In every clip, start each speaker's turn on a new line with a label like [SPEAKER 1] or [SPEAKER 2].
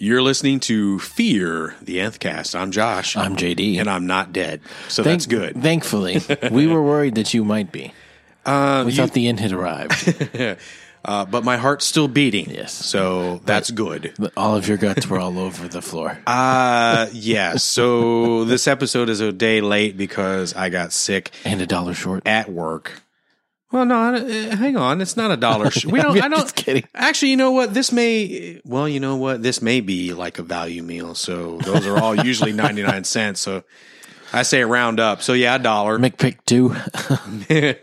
[SPEAKER 1] You're listening to Fear the Nth Cast. I'm Josh.
[SPEAKER 2] I'm JD.
[SPEAKER 1] and I'm not dead, so that's good.
[SPEAKER 2] Thankfully, we were worried that you might be.
[SPEAKER 1] Um,
[SPEAKER 2] we thought the end had arrived.
[SPEAKER 1] uh, but my heart's still beating.
[SPEAKER 2] Yes.
[SPEAKER 1] so that's good.
[SPEAKER 2] But all of your guts were all over the floor.
[SPEAKER 1] Uh, yeah. So this episode is a day late because I got sick
[SPEAKER 2] and a dollar short.
[SPEAKER 1] at work. Well, no, I- uh, hang on. It's not a dollar. Sh- we don't. I
[SPEAKER 2] I'm
[SPEAKER 1] don't.
[SPEAKER 2] just kidding.
[SPEAKER 1] Actually, you know what? This may. Well, you know what? This may be like a value meal. So those are all usually ninety nine cents. So I say round up. So yeah, a dollar.
[SPEAKER 2] McPick two.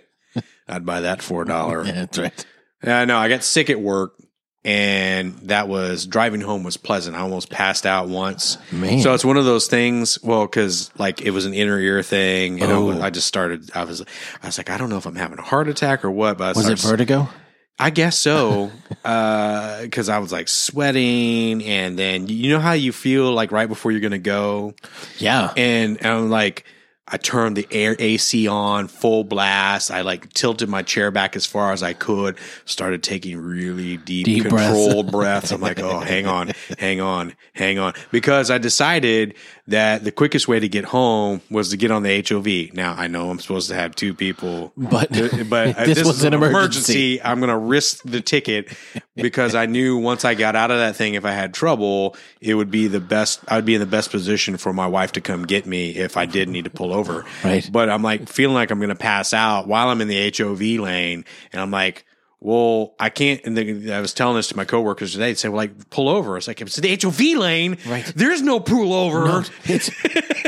[SPEAKER 1] I'd buy that for a dollar.
[SPEAKER 2] yeah, that's right.
[SPEAKER 1] Yeah, no, I got sick at work, and that was driving home was pleasant. I almost passed out once.
[SPEAKER 2] Man.
[SPEAKER 1] So it's one of those things. Well, because like it was an inner ear thing, and I was-
[SPEAKER 2] Oh.
[SPEAKER 1] I just started. I was, I was like, I don't know if I'm having a heart attack or what, but I
[SPEAKER 2] Was it
[SPEAKER 1] started-
[SPEAKER 2] vertigo?
[SPEAKER 1] I guess so, because I was like sweating, and then you know how you feel like right before you're gonna go,
[SPEAKER 2] Yeah.
[SPEAKER 1] and, and I'm like. I turned the air AC on full blast. I like tilted my chair back as far as I could, started taking really deep,
[SPEAKER 2] Deep breaths.
[SPEAKER 1] controlled breaths. I'm like, oh, hang on, hang on, hang on. Because I decided that the quickest way to get home was to get on the HOV. Now, I know I'm supposed to have two people,
[SPEAKER 2] But-
[SPEAKER 1] but uh,
[SPEAKER 2] This was an emergency.
[SPEAKER 1] I'm going to risk the ticket because I knew once I got out of that thing, if I had trouble, it would be the best. I'd be in the best position for my wife to come get me if I did need to pull over.
[SPEAKER 2] Right.
[SPEAKER 1] But I'm like feeling like I'm going to pass out while I'm in the HOV lane, and I'm like. Well, I can't. And then I was telling this to my coworkers today. They said, "Well, like pull over." It's like if it's the HOV lane.
[SPEAKER 2] Right.
[SPEAKER 1] There's no pull over.
[SPEAKER 2] It's,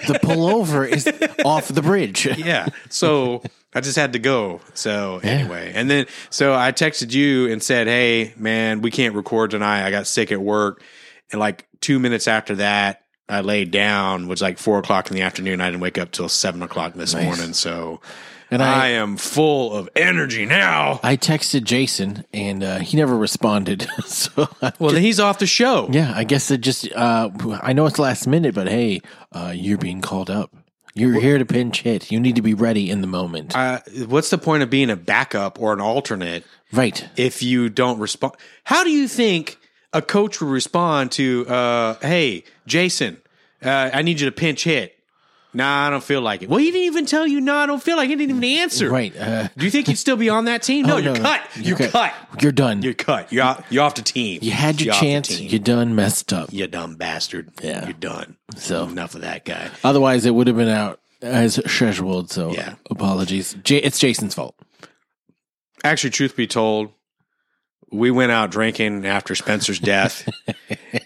[SPEAKER 2] the pullover is off the bridge.
[SPEAKER 1] yeah. So I just had to go. So anyway, and then so I texted you and said, "Hey, man, we can't record tonight. I got sick at work." And like two minutes after that, I laid down. Was like four o'clock in the afternoon. I didn't wake up till seven o'clock this morning. So.
[SPEAKER 2] And
[SPEAKER 1] I,
[SPEAKER 2] I,
[SPEAKER 1] am full of energy now.
[SPEAKER 2] I texted Jason and uh, he never responded. so I
[SPEAKER 1] Well, then he's off the show.
[SPEAKER 2] Yeah, I guess it just. Uh, I know it's last minute, but hey, uh, you're being called up. You're here to pinch hit. You need to be ready in the moment,
[SPEAKER 1] Uh, what's the point of being a backup or an alternate
[SPEAKER 2] right?
[SPEAKER 1] if you don't respond. How do you think a coach would respond to, uh, hey, Jason, uh, I need you to pinch hit? Nah, I don't feel like it. Well, he didn't even tell you, no, I don't feel like it. He didn't even answer.
[SPEAKER 2] Right. Uh,
[SPEAKER 1] Do you think he'd still be on that team? No,
[SPEAKER 2] oh,
[SPEAKER 1] you're cut. You're, cut.
[SPEAKER 2] You're done. you
[SPEAKER 1] You're cut. You're off, you're off the team.
[SPEAKER 2] had your
[SPEAKER 1] You're off the
[SPEAKER 2] chance.
[SPEAKER 1] team.
[SPEAKER 2] You're done. Messed up.
[SPEAKER 1] You dumb bastard.
[SPEAKER 2] Yeah.
[SPEAKER 1] You're done.
[SPEAKER 2] So-
[SPEAKER 1] enough of that guy.
[SPEAKER 2] Otherwise, it would have been out as scheduled. So
[SPEAKER 1] Yeah.
[SPEAKER 2] apologies. J- it's Jason's fault.
[SPEAKER 1] actually, truth be told, we went out drinking after Spencer's death,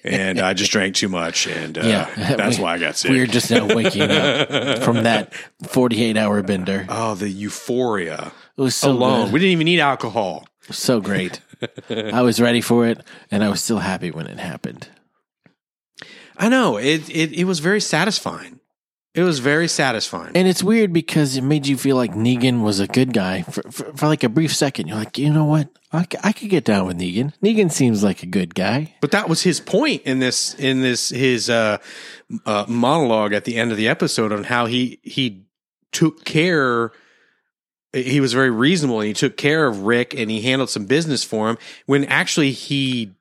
[SPEAKER 1] and I just drank too much, and uh,
[SPEAKER 2] Yeah.
[SPEAKER 1] that's
[SPEAKER 2] We-
[SPEAKER 1] why I got sick.
[SPEAKER 2] We're just now waking up from that 48 hour bender.
[SPEAKER 1] Oh, the euphoria
[SPEAKER 2] It was so
[SPEAKER 1] alone.
[SPEAKER 2] good.
[SPEAKER 1] We didn't even need alcohol.
[SPEAKER 2] so great. I was ready for it, and I was still happy when it happened.
[SPEAKER 1] I know it. It, it was very satisfying. It was very satisfying.
[SPEAKER 2] And it's weird because it made you feel like Negan was a good guy for, for, for like a brief second. You're like, you know what? I, c- I could get down with Negan. Negan seems like a good guy.
[SPEAKER 1] but that was his point in this in this his uh, uh, monologue at the end of the episode on how he he took care. He was very reasonable and he took care of Rick and he handled some business for him when actually he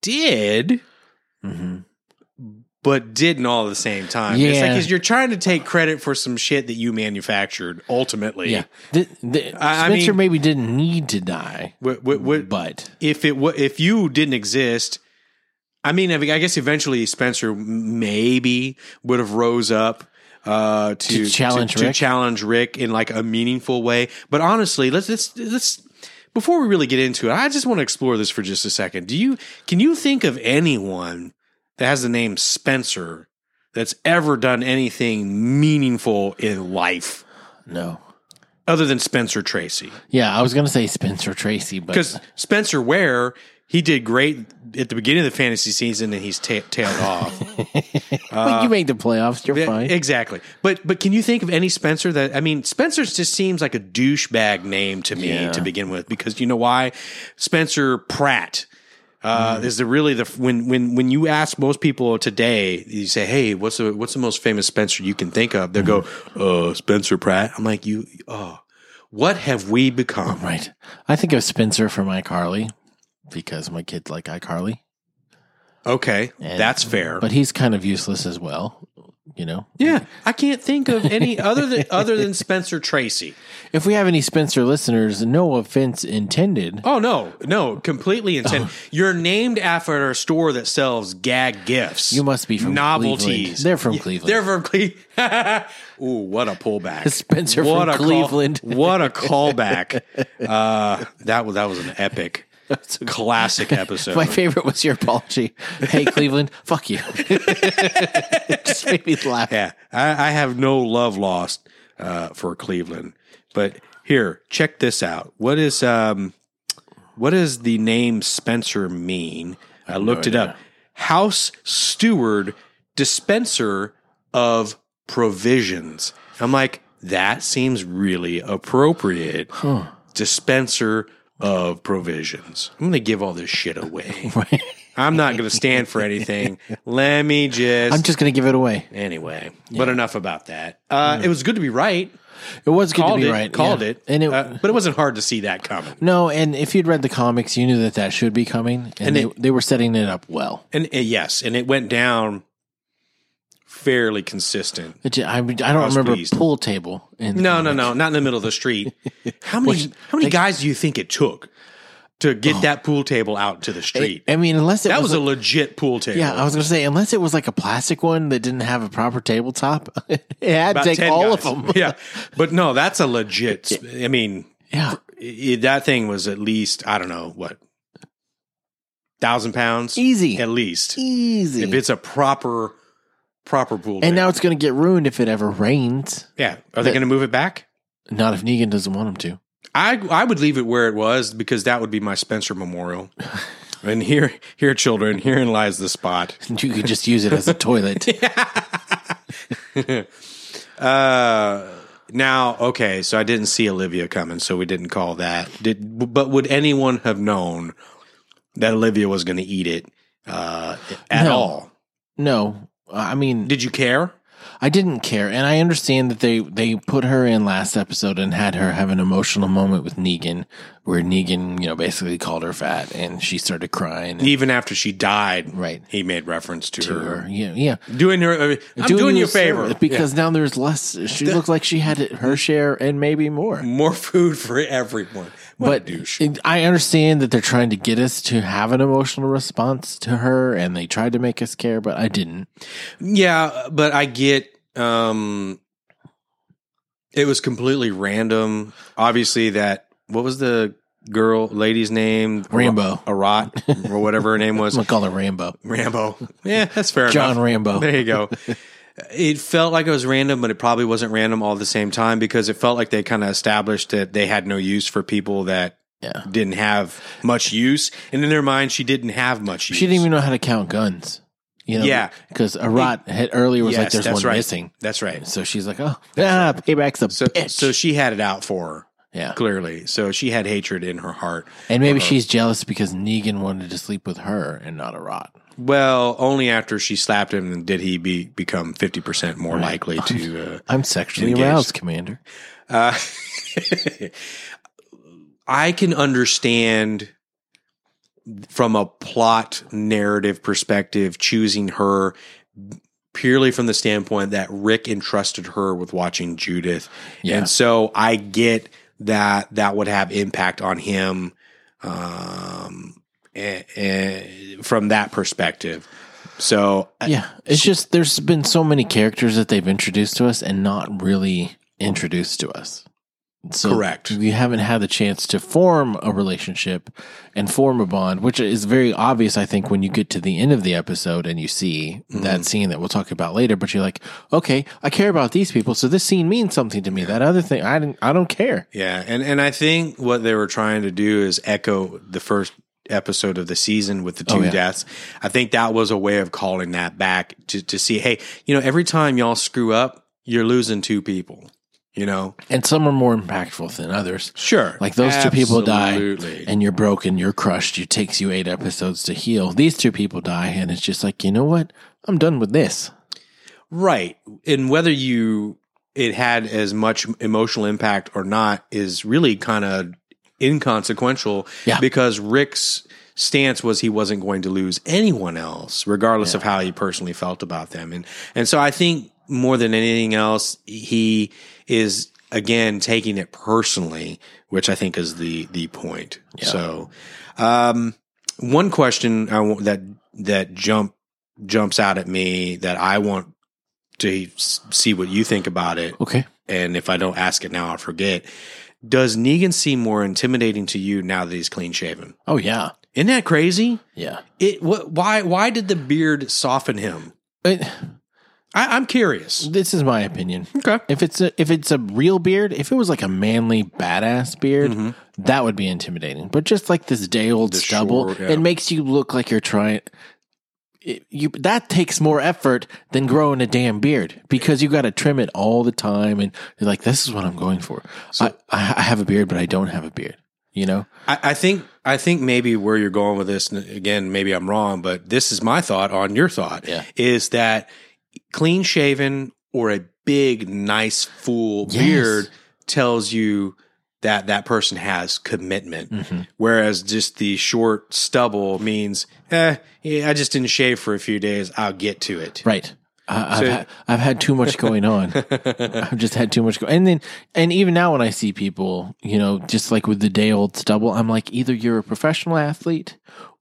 [SPEAKER 1] did,
[SPEAKER 2] Mm-hmm.
[SPEAKER 1] but didn't all at the same time. It's
[SPEAKER 2] Yeah.
[SPEAKER 1] like 'cause you're trying to take credit for some shit that you manufactured ultimately.
[SPEAKER 2] Yeah. The, the,
[SPEAKER 1] I- I
[SPEAKER 2] Spencer
[SPEAKER 1] mean-
[SPEAKER 2] maybe didn't need to die,
[SPEAKER 1] What, what, what,
[SPEAKER 2] but
[SPEAKER 1] if it wa if you didn't exist i mean i mean, I guess eventually spencer maybe would have rose up uh to,
[SPEAKER 2] To challenge
[SPEAKER 1] to, to
[SPEAKER 2] Rick?
[SPEAKER 1] challenge rick in like a meaningful way but honestly let's let's let's before we really get into it i just want to explore this for just a second do you can you think of anyone that has the name spencer that's ever done anything meaningful in life
[SPEAKER 2] no.
[SPEAKER 1] other than spencer tracy
[SPEAKER 2] Yeah, I was going to say Spencer Tracy, but
[SPEAKER 1] because Spencer Ware, he did great at the beginning of the fantasy season, and he's ta tailed off.
[SPEAKER 2] but you made the playoffs. You're
[SPEAKER 1] uh, Yeah,
[SPEAKER 2] fine.
[SPEAKER 1] exactly. But but can you think of any Spencer that I mean? Spencer just seems like a douchebag name to me
[SPEAKER 2] Yeah.
[SPEAKER 1] to begin with, because you know why? Spencer Pratt. Uh,
[SPEAKER 2] Mm.
[SPEAKER 1] Is the really the when when when you ask most people today, you say, "Hey, what's the what's the most famous Spencer you can think of?" They'll
[SPEAKER 2] Mm.
[SPEAKER 1] go, "Uh, Spencer Pratt." I'm like, "You, oh, what have we become?"
[SPEAKER 2] right. I think of Spencer from iCarly because my kid like iCarly.
[SPEAKER 1] Okay,
[SPEAKER 2] And-
[SPEAKER 1] that's fair.
[SPEAKER 2] But he's kind of useless as well, you know.
[SPEAKER 1] yeah, I can't think of any other than other than Spencer Tracy.
[SPEAKER 2] If we have any Spencer listeners, no offense intended.
[SPEAKER 1] Oh no, no, completely
[SPEAKER 2] Oh.
[SPEAKER 1] intent. You're named after a store that sells gag gifts.
[SPEAKER 2] You must be from Cleveland.
[SPEAKER 1] novelties.
[SPEAKER 2] They're from
[SPEAKER 1] Yeah,
[SPEAKER 2] Cleveland.
[SPEAKER 1] They're from Cleveland. Ooh, what a pullback,
[SPEAKER 2] Spencer from
[SPEAKER 1] What a call-
[SPEAKER 2] Cleveland.
[SPEAKER 1] what a callback! Uh, that was that was an epic, classic episode.
[SPEAKER 2] My favorite was your apology. Hey, Cleveland, fuck you. Just made me laugh.
[SPEAKER 1] yeah, I, I have no love lost uh, for Cleveland, but here, check this out. What is um, what does the name Spencer mean? I looked it up. House steward, dispenser of provisions. I'm like, that seems really appropriate. Dispenser of provisions. I'm gonna give all this shit away. I'm not gonna stand for anything. Let me just
[SPEAKER 2] I'm just going to give it away.
[SPEAKER 1] Anyway, but enough about that. Uh, It was good to be right.
[SPEAKER 2] Mm. It was good
[SPEAKER 1] Called
[SPEAKER 2] to be
[SPEAKER 1] it.
[SPEAKER 2] right.
[SPEAKER 1] Called
[SPEAKER 2] yeah.
[SPEAKER 1] it.
[SPEAKER 2] And it,
[SPEAKER 1] uh, but it wasn't hard to see that coming.
[SPEAKER 2] no, and if you'd read the comics, you knew that that should be coming. And, they,
[SPEAKER 1] it-
[SPEAKER 2] they were setting it up well.
[SPEAKER 1] And uh, yes, and it went down fairly consistent.
[SPEAKER 2] It, ju- I, I don't
[SPEAKER 1] was
[SPEAKER 2] remember
[SPEAKER 1] pleased.
[SPEAKER 2] pool table. In the
[SPEAKER 1] No, no, no, not in the middle of the street. How many how many guys do you think it took to get that pool table out to the street?
[SPEAKER 2] I mean, unless Oh. it
[SPEAKER 1] that was a
[SPEAKER 2] was
[SPEAKER 1] legit pool table.
[SPEAKER 2] Yeah, I was gonna say unless it was like a plastic one that didn't have a proper tabletop, it had to
[SPEAKER 1] About
[SPEAKER 2] take
[SPEAKER 1] 10
[SPEAKER 2] all
[SPEAKER 1] guys.
[SPEAKER 2] of them.
[SPEAKER 1] yeah, but no, that's a legit. sp- I mean,
[SPEAKER 2] Yeah,
[SPEAKER 1] i i- that thing was at least I don't know what thousand pounds
[SPEAKER 2] Easy.
[SPEAKER 1] at least.
[SPEAKER 2] easy.
[SPEAKER 1] if it's a proper proper pool.
[SPEAKER 2] and
[SPEAKER 1] day.
[SPEAKER 2] now it's gonna get ruined if it ever rains.
[SPEAKER 1] yeah, are they
[SPEAKER 2] the-
[SPEAKER 1] going to move it back?
[SPEAKER 2] Not if Negan doesn't want him to.
[SPEAKER 1] I I would leave it where it was because that would be my Spencer memorial. and here here children, herein lies the spot.
[SPEAKER 2] You could just use it as a toilet.
[SPEAKER 1] Uh now, okay, so I didn't see Olivia coming, so we didn't call that. Did but would anyone have known that Olivia was going to eat it uh at
[SPEAKER 2] No.
[SPEAKER 1] all?
[SPEAKER 2] No, I mean
[SPEAKER 1] Did you care?
[SPEAKER 2] I didn't care, and I understand that they they put her in last episode and had her have an emotional moment with Negan, where Negan you know basically called her fat and she started crying. and-
[SPEAKER 1] Even after she died,
[SPEAKER 2] Right.
[SPEAKER 1] He made reference to, her.
[SPEAKER 2] or- yeah, yeah.
[SPEAKER 1] doing her. uh, I'm doing,
[SPEAKER 2] you
[SPEAKER 1] you a
[SPEAKER 2] a service,
[SPEAKER 1] favor
[SPEAKER 2] because now there's less. She looked like she had her share and maybe more.
[SPEAKER 1] more food for everyone. What a
[SPEAKER 2] but
[SPEAKER 1] douche.
[SPEAKER 2] it- I understand that they're trying to get us to have an emotional response to her, and they tried to make us care, but I didn't.
[SPEAKER 1] Yeah, but I get. um It was completely random. Obviously, that what was the girl lady's name?
[SPEAKER 2] Rambo.
[SPEAKER 1] Arat or whatever her name was.
[SPEAKER 2] I'm gonna call her Rambo,
[SPEAKER 1] Rambo. Yeah, that's fair.
[SPEAKER 2] John
[SPEAKER 1] enough.
[SPEAKER 2] Rambo.
[SPEAKER 1] There you go. It felt like it was random, but it probably wasn't random all at the same time because it felt like they kind of established that they had no use for people that
[SPEAKER 2] Yeah.
[SPEAKER 1] didn't have much use, and in their mind, she didn't have much use.
[SPEAKER 2] She didn't even know how to count guns. You know,
[SPEAKER 1] Yeah.
[SPEAKER 2] because Arat had earlier was like,
[SPEAKER 1] Yes,
[SPEAKER 2] "There's
[SPEAKER 1] that's
[SPEAKER 2] one
[SPEAKER 1] right.
[SPEAKER 2] missing,"
[SPEAKER 1] That's right.
[SPEAKER 2] so she's like, "Oh, ah, payback's a
[SPEAKER 1] So,
[SPEAKER 2] bitch."
[SPEAKER 1] so she had it out for her
[SPEAKER 2] yeah,
[SPEAKER 1] clearly. So she had hatred in her heart.
[SPEAKER 2] and maybe
[SPEAKER 1] Uh-huh.
[SPEAKER 2] she's jealous because Negan wanted to sleep with her and not Arat.
[SPEAKER 1] Well, only after she slapped him did he be become fifty percent more likely to. Uh,
[SPEAKER 2] I'm sexually
[SPEAKER 1] Engaged.
[SPEAKER 2] aroused, Commander.
[SPEAKER 1] Uh, I can understand from a plot narrative perspective choosing her purely from the standpoint that Rick entrusted her with watching Judith.
[SPEAKER 2] Yeah.
[SPEAKER 1] And so I get that that would have impact on him um, eh, eh, from that perspective. So
[SPEAKER 2] Yeah, it's just there's been so many characters that they've introduced to us and not really introduced to us. So
[SPEAKER 1] Correct.
[SPEAKER 2] We haven't had the chance to form a relationship and form a bond, which is very obvious, I think, when you get to the end of the episode and you see that scene that we'll talk about later. But you're like, okay, I care about these people, so this scene means something to me. That other thing, I didn't, I don't care.
[SPEAKER 1] Yeah, and and I think what they were trying to do is echo the first episode of the season with the two
[SPEAKER 2] Oh, yeah.
[SPEAKER 1] deaths. I think that was a way of calling that back to to see, hey, you know, every time y'all screw up, you're losing two people. You know,
[SPEAKER 2] And some are more impactful than others.
[SPEAKER 1] sure,
[SPEAKER 2] Like those two people die
[SPEAKER 1] Absolutely.
[SPEAKER 2] and you're broken, you're crushed. It takes you eight episodes to heal. These two people die, and it's just like, you know what? I'm done with this.
[SPEAKER 1] Right. And whether you it had as much emotional impact or not is really kind of inconsequential
[SPEAKER 2] Yeah.
[SPEAKER 1] because Rick's stance was he wasn't going to lose anyone else, regardless of how he personally felt about them. And and so I think more than anything else, he is again taking it personally, which I think is the the point. So, um, one question I want, that that jump jumps out at me that I want to s- see what you think about it
[SPEAKER 2] Okay.
[SPEAKER 1] and if I don't ask it now, I'll forget. Does Negan seem more intimidating to you now that he's clean shaven?
[SPEAKER 2] Oh yeah.
[SPEAKER 1] Isn't that crazy?
[SPEAKER 2] Yeah.
[SPEAKER 1] It what, why why did the beard soften him?
[SPEAKER 2] But
[SPEAKER 1] I, I'm curious.
[SPEAKER 2] this is my opinion.
[SPEAKER 1] Okay,
[SPEAKER 2] If it's a, if it's a real beard, if it was like a manly badass beard,
[SPEAKER 1] Mhm.
[SPEAKER 2] that would be intimidating. But just like this day old
[SPEAKER 1] The
[SPEAKER 2] stubble,
[SPEAKER 1] short, yeah.
[SPEAKER 2] it makes you look like you're trying. It, you that takes more effort than growing a damn beard because you got to trim it all the time, and you're like, "This is what I'm going for." I, I I have a beard, but I don't have a beard. You know?
[SPEAKER 1] I, I think I think maybe where you're going with this, and again, maybe I'm wrong, but this is my thought on your thought.
[SPEAKER 2] Yeah.
[SPEAKER 1] is that clean shaven or a big, nice, full
[SPEAKER 2] Yes.
[SPEAKER 1] beard tells you that that person has commitment.
[SPEAKER 2] Mm-hmm.
[SPEAKER 1] Whereas just the short stubble means, eh, yeah, I just didn't shave for a few days. I'll get to it.
[SPEAKER 2] Right. I, I've,
[SPEAKER 1] So-
[SPEAKER 2] had, I've had too much going on. I've just had too much go- And then, and even now when I see people, you know, just like with the day old stubble, I'm like, either you're a professional athlete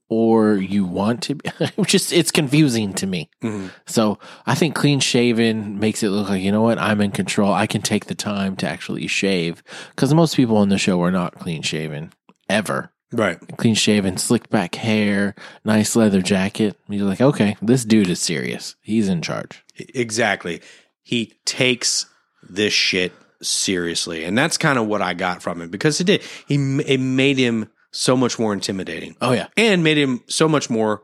[SPEAKER 2] or you want to be. It's just, it's confusing to me.
[SPEAKER 1] Mhm.
[SPEAKER 2] So I think clean shaven makes it look like, you know what? I'm in control. I can take the time to actually shave because most people on the show are not clean shaven ever
[SPEAKER 1] Right.
[SPEAKER 2] clean shaven, slick back hair, nice leather jacket. You're like, okay, this dude is serious. He's in charge.
[SPEAKER 1] Exactly. He takes this shit seriously, and that's kind of what I got from him because it did. He it made him so much more intimidating,
[SPEAKER 2] Oh yeah,
[SPEAKER 1] and made him so much more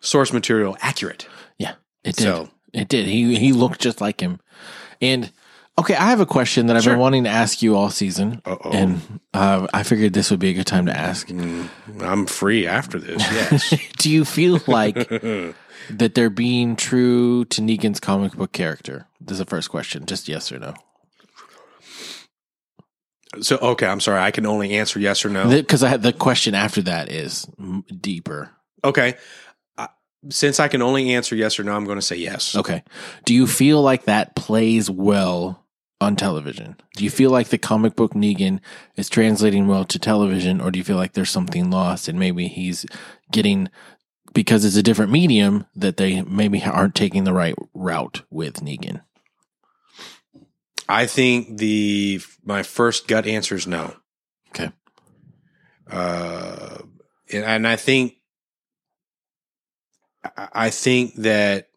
[SPEAKER 1] source material accurate.
[SPEAKER 2] yeah. It did.
[SPEAKER 1] So-
[SPEAKER 2] It did. He he looked just like him. And okay, I have a question that I've
[SPEAKER 1] Sure.
[SPEAKER 2] been wanting to ask you all season,
[SPEAKER 1] Uh-oh.
[SPEAKER 2] and uh, I figured this would be a good time to ask.
[SPEAKER 1] Mm, I'm free after this. Yes.
[SPEAKER 2] Do you feel like that they're being true to Negan's comic book character? This is the first question. Just yes or no.
[SPEAKER 1] so okay, I'm sorry. I can only answer yes or no.
[SPEAKER 2] Because I had the question after that is mm, deeper.
[SPEAKER 1] okay. I- Since I can only answer yes or no, I'm going to say yes.
[SPEAKER 2] Okay. Do you feel like that plays well on television? Do you feel like the comic book Negan is translating well to television, or do you feel like there's something lost and maybe he's getting because it's a different medium that they maybe aren't taking the right route with Negan?
[SPEAKER 1] I think the my first gut answer is no.
[SPEAKER 2] Okay.
[SPEAKER 1] Uh, and, and I think I I think that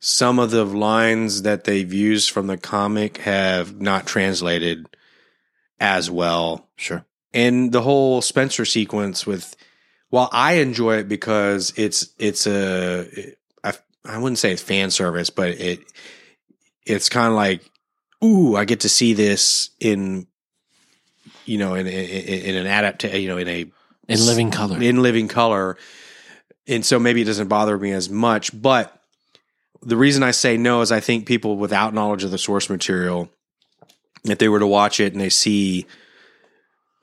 [SPEAKER 1] some of the lines that they've used from the comic have not translated as well
[SPEAKER 2] Sure.
[SPEAKER 1] and the whole Spencer sequence with while I enjoy it because it's it's a I, I wouldn't say it's fan service but it it's kind of like ooh I get to see this in you know in in, in an adaptation you know in a
[SPEAKER 2] In living color.
[SPEAKER 1] in living color and so maybe it doesn't bother me as much but the reason I say no is I think people without knowledge of the source material if they were to watch it and they see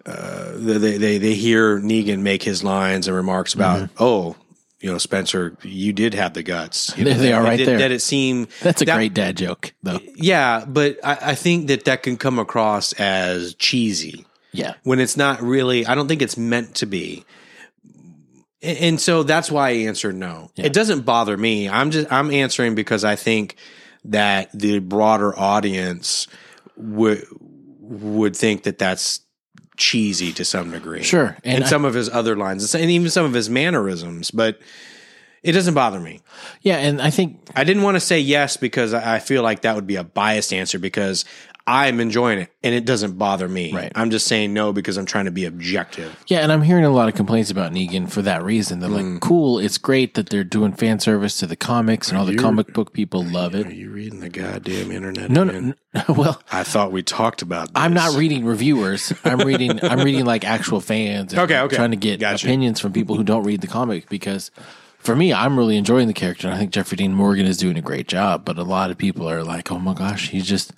[SPEAKER 1] uh, they, they they hear Negan make his lines and remarks about
[SPEAKER 2] Mm-hmm.
[SPEAKER 1] oh you know Spencer you did have the guts you know,
[SPEAKER 2] There they are
[SPEAKER 1] that-
[SPEAKER 2] right
[SPEAKER 1] that-
[SPEAKER 2] there.
[SPEAKER 1] that it seemed
[SPEAKER 2] That's a
[SPEAKER 1] that-
[SPEAKER 2] great dad joke, though.
[SPEAKER 1] yeah but I, I think that that can come across as cheesy
[SPEAKER 2] Yeah.
[SPEAKER 1] when it's not really i don't think it's meant to be and, and so that's why i answered no
[SPEAKER 2] Yeah.
[SPEAKER 1] it doesn't bother me i'm just i'm answering because i think that the broader audience would would think that that's cheesy to some degree
[SPEAKER 2] Sure.
[SPEAKER 1] and,
[SPEAKER 2] And, I-
[SPEAKER 1] some of his other lines and even some of his mannerisms but it doesn't bother me
[SPEAKER 2] yeah. And I think
[SPEAKER 1] I didn't want to say yes because I I feel like that would be a biased answer because I'm enjoying it and it doesn't bother me.
[SPEAKER 2] Right.
[SPEAKER 1] I'm just saying no because I'm trying to be objective.
[SPEAKER 2] Yeah, and I'm hearing a lot of complaints about Negan for that reason. They're
[SPEAKER 1] Mm.
[SPEAKER 2] like, cool, it's great that they're doing fan service to the comics and all the comic book people love
[SPEAKER 1] Are
[SPEAKER 2] it.
[SPEAKER 1] you reading the goddamn internet?
[SPEAKER 2] No,
[SPEAKER 1] again?
[SPEAKER 2] no, no well,
[SPEAKER 1] I thought we talked about. This.
[SPEAKER 2] I'm not reading reviewers. I'm reading I'm reading like actual fans. and
[SPEAKER 1] Okay, okay.
[SPEAKER 2] Trying to get
[SPEAKER 1] Gotcha.
[SPEAKER 2] opinions from people who don't read the comic because for me, I'm really enjoying the character and I think Jeffrey Dean Morgan is doing a great job, but a lot of people are like, "Oh my gosh, he's just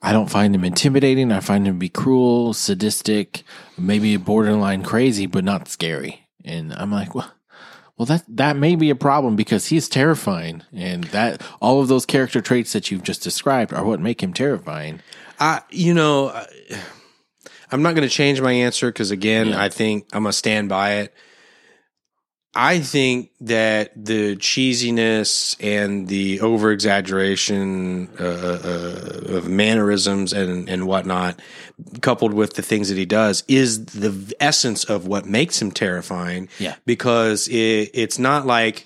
[SPEAKER 2] I don't find him intimidating. I find him to be cruel, sadistic, maybe borderline crazy, but not scary." And I'm like, well, well that that may be a problem because he's terrifying, and that all of those character traits that you've just described are what make him terrifying.
[SPEAKER 1] I, you know, I- I'm not going to change my answer because again, I think I'm going to stand by it. I think that the cheesiness and the over exaggeration uh, uh, uh, of mannerisms and, and whatnot, coupled with the things that he does, is the essence of what makes him terrifying.
[SPEAKER 2] Yeah.
[SPEAKER 1] Because it, it's not like,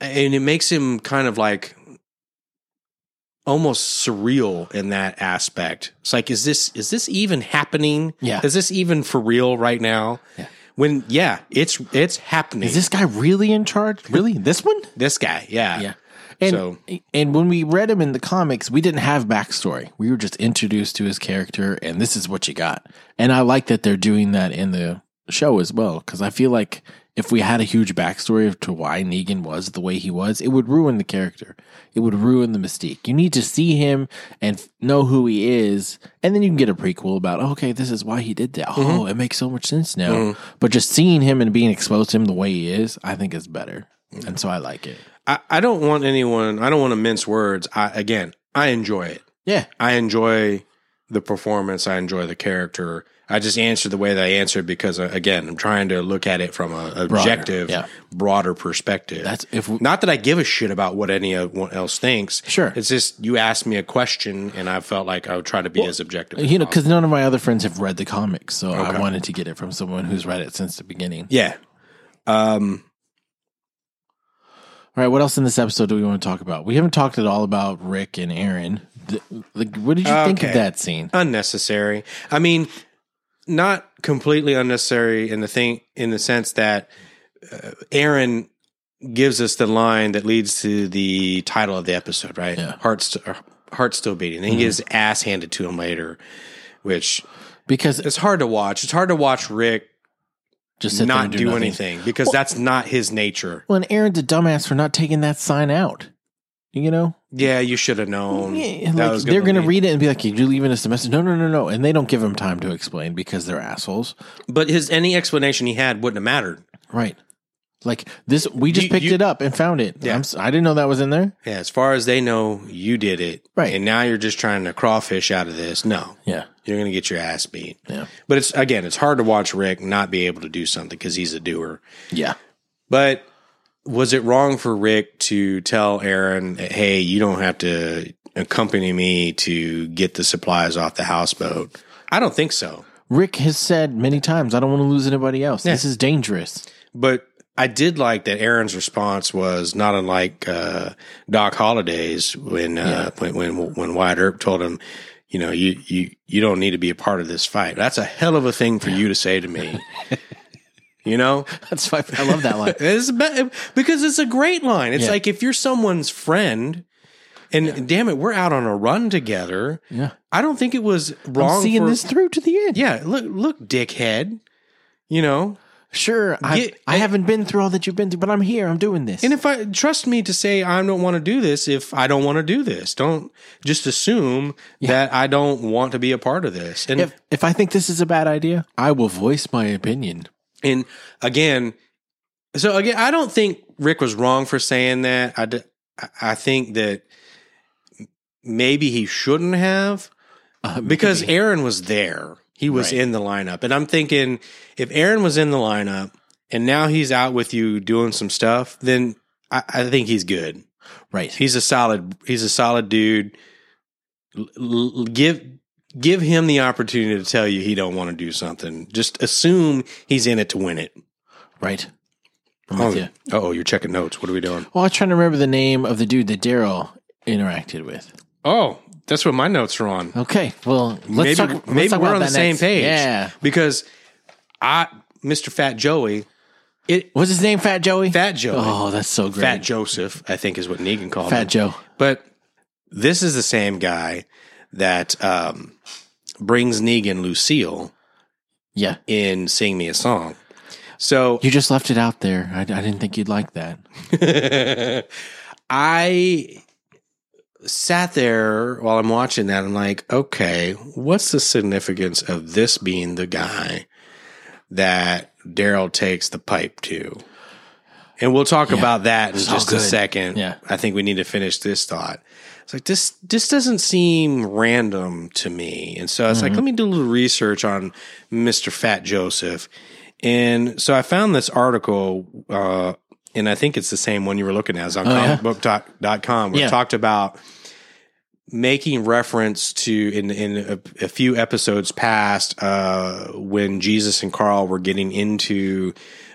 [SPEAKER 1] and it makes him kind of like almost surreal in that aspect. It's like, is this is this even happening?
[SPEAKER 2] Yeah.
[SPEAKER 1] Is this even for real right now?
[SPEAKER 2] Yeah.
[SPEAKER 1] When yeah, it's it's happening.
[SPEAKER 2] Is this guy really in charge? Really, this one?
[SPEAKER 1] this guy? Yeah.
[SPEAKER 2] Yeah. And
[SPEAKER 1] So-
[SPEAKER 2] and when we read him in the comics, we didn't have backstory. We were just introduced to his character, and this is what you got. And I like that they're doing that in the show as well, because I feel like if we had a huge backstory of to why Negan was the way he was, it would ruin the character. It would ruin the mystique. You need to see him and f- know who he is, and then you can get a prequel about okay, this is why he did that. Oh, it makes so much sense now. But just seeing him and being exposed to him the way he is, I think is better, and so I like it.
[SPEAKER 1] I, I don't want anyone I don't want to mince words. I again, I enjoy it.
[SPEAKER 2] Yeah.
[SPEAKER 1] I enjoy the performance. I enjoy the character. I just answered the way that I answered because uh, again, I'm trying to look at it from a objective,
[SPEAKER 2] yeah.
[SPEAKER 1] broader perspective.
[SPEAKER 2] That's if we,
[SPEAKER 1] not that I give a shit about what anyone else thinks.
[SPEAKER 2] Sure.
[SPEAKER 1] It's just you asked me a question and I felt like I would try to be as objective as
[SPEAKER 2] you know
[SPEAKER 1] possible.
[SPEAKER 2] because none of my other friends have read the comics, so I wanted to get it from someone who's read it since the beginning.
[SPEAKER 1] Yeah. Um,
[SPEAKER 2] All right, what else in this episode do we want to talk about? We haven't talked at all about Rick and Aaron. Th- like, what did you think of
[SPEAKER 1] Okay.
[SPEAKER 2] that scene?
[SPEAKER 1] unnecessary. I mean, not completely unnecessary in the thing in the sense that uh, Aaron gives us the line that leads to the title of the episode, right?
[SPEAKER 2] Yeah. Mm-hmm.
[SPEAKER 1] Heart, st- uh, heart still beating. Then he gets his ass handed to him later, which
[SPEAKER 2] Because
[SPEAKER 1] it's hard to watch. It's hard to watch Rick
[SPEAKER 2] just sit there
[SPEAKER 1] not
[SPEAKER 2] and
[SPEAKER 1] do,
[SPEAKER 2] nothing.
[SPEAKER 1] anything because that's not his nature.
[SPEAKER 2] Well, and Aaron's a dumbass for not taking that sign out. You know,
[SPEAKER 1] Yeah, you should have known.
[SPEAKER 2] Yeah,
[SPEAKER 1] That
[SPEAKER 2] like
[SPEAKER 1] was gonna
[SPEAKER 2] they're going to
[SPEAKER 1] be-
[SPEAKER 2] read it and be like, "You're leaving us a message." No, no, no, no, and they don't give him time to explain because they're assholes,
[SPEAKER 1] But his any explanation he had wouldn't have mattered.
[SPEAKER 2] right? Like this, we just
[SPEAKER 1] You-
[SPEAKER 2] picked
[SPEAKER 1] you-
[SPEAKER 2] it up and found it.
[SPEAKER 1] Yeah.
[SPEAKER 2] I'm s- I didn't know that was in there.
[SPEAKER 1] Yeah, as far as they know, you did it.
[SPEAKER 2] Right.
[SPEAKER 1] And now you're just trying to crawfish out of this. No.
[SPEAKER 2] Yeah,
[SPEAKER 1] You're going to get your ass beat.
[SPEAKER 2] Yeah.
[SPEAKER 1] But it's again, it's hard to watch Rick not be able to do something cuz he's a doer.
[SPEAKER 2] yeah.
[SPEAKER 1] But was it wrong for Rick to tell Aaron, "Hey, you don't have to accompany me to get the supplies off the houseboat?" I don't think so.
[SPEAKER 2] Rick has said many times, I don't want to lose anybody else. This is dangerous.
[SPEAKER 1] But I did like that Aaron's response was not unlike uh, Doc Holliday's when, uh, when when when Wyatt Earp told him, you know, you you you don't need to be a part of this fight. That's a hell of a thing for you to say to me. you know,
[SPEAKER 2] That's why I love that line.
[SPEAKER 1] it's be- because it's a great line. It's
[SPEAKER 2] Yeah.
[SPEAKER 1] like if you're someone's friend. And damn it, we're out on a run together.
[SPEAKER 2] Yeah.
[SPEAKER 1] I don't think it was wrong.
[SPEAKER 2] I'm seeing
[SPEAKER 1] for-
[SPEAKER 2] this through to the end.
[SPEAKER 1] yeah. Look, look, dickhead. You know,
[SPEAKER 2] Sure. I,
[SPEAKER 1] Get-
[SPEAKER 2] I haven't been through all that you've been through, but I'm here. I'm doing this.
[SPEAKER 1] And if I trust me to say I don't want to do this, if I don't want to do this, don't just assume that I don't want to be a part of this. And
[SPEAKER 2] if, if I think this is a bad idea, I will voice my opinion.
[SPEAKER 1] and again, so again, I don't think Rick was wrong for saying that. I d- I think that maybe he shouldn't have
[SPEAKER 2] Uh,
[SPEAKER 1] because
[SPEAKER 2] maybe.
[SPEAKER 1] Aaron was there. He was
[SPEAKER 2] Right.
[SPEAKER 1] in the lineup, and I'm thinking if Aaron was in the lineup and now he's out with you doing some stuff, then I, I think he's good.
[SPEAKER 2] right.
[SPEAKER 1] he's a solid he's a solid dude L- l- give give him the opportunity to tell you he don't want to do something just assume he's in it to win it
[SPEAKER 2] Right. I'm with
[SPEAKER 1] oh
[SPEAKER 2] you.
[SPEAKER 1] oh you're checking notes what are we doing
[SPEAKER 2] Well, I was trying to remember the name of the dude that Daryl interacted with.
[SPEAKER 1] oh that's what my notes are on
[SPEAKER 2] Okay. Well, let's
[SPEAKER 1] maybe
[SPEAKER 2] talk, let's
[SPEAKER 1] maybe
[SPEAKER 2] talk
[SPEAKER 1] we're
[SPEAKER 2] about
[SPEAKER 1] on the
[SPEAKER 2] that
[SPEAKER 1] same
[SPEAKER 2] next.
[SPEAKER 1] page
[SPEAKER 2] Yeah.
[SPEAKER 1] because i mr fat joey it
[SPEAKER 2] What's his name? Fat Joey?
[SPEAKER 1] fat joey
[SPEAKER 2] Oh, that's so great.
[SPEAKER 1] fat joseph i think is what negan called
[SPEAKER 2] Fat
[SPEAKER 1] him.
[SPEAKER 2] Joe.
[SPEAKER 1] But this is the same guy that um, brings Negan Lucille
[SPEAKER 2] Yeah.
[SPEAKER 1] in Sing Me a Song. So
[SPEAKER 2] You just left it out there. I, I didn't think you'd like that.
[SPEAKER 1] I sat there while I'm watching that. I'm like, okay, what's the significance of this being the guy that Daryl takes the pipe to. And we'll talk about that in
[SPEAKER 2] all
[SPEAKER 1] just a
[SPEAKER 2] good.
[SPEAKER 1] second.
[SPEAKER 2] Yeah.
[SPEAKER 1] I think we need to finish this thought. It's like this this doesn't seem random to me. And so I was
[SPEAKER 2] Mm-hmm.
[SPEAKER 1] like, let me do a little research on Mr. Fat Joseph. And so I found this article, uh, and I think it's the same one you were looking at. It's on
[SPEAKER 2] Oh, yeah?
[SPEAKER 1] comicbook.com. We
[SPEAKER 2] Yeah.
[SPEAKER 1] talked about making reference to in in a, a few episodes past uh, when Jesus and Carl were getting into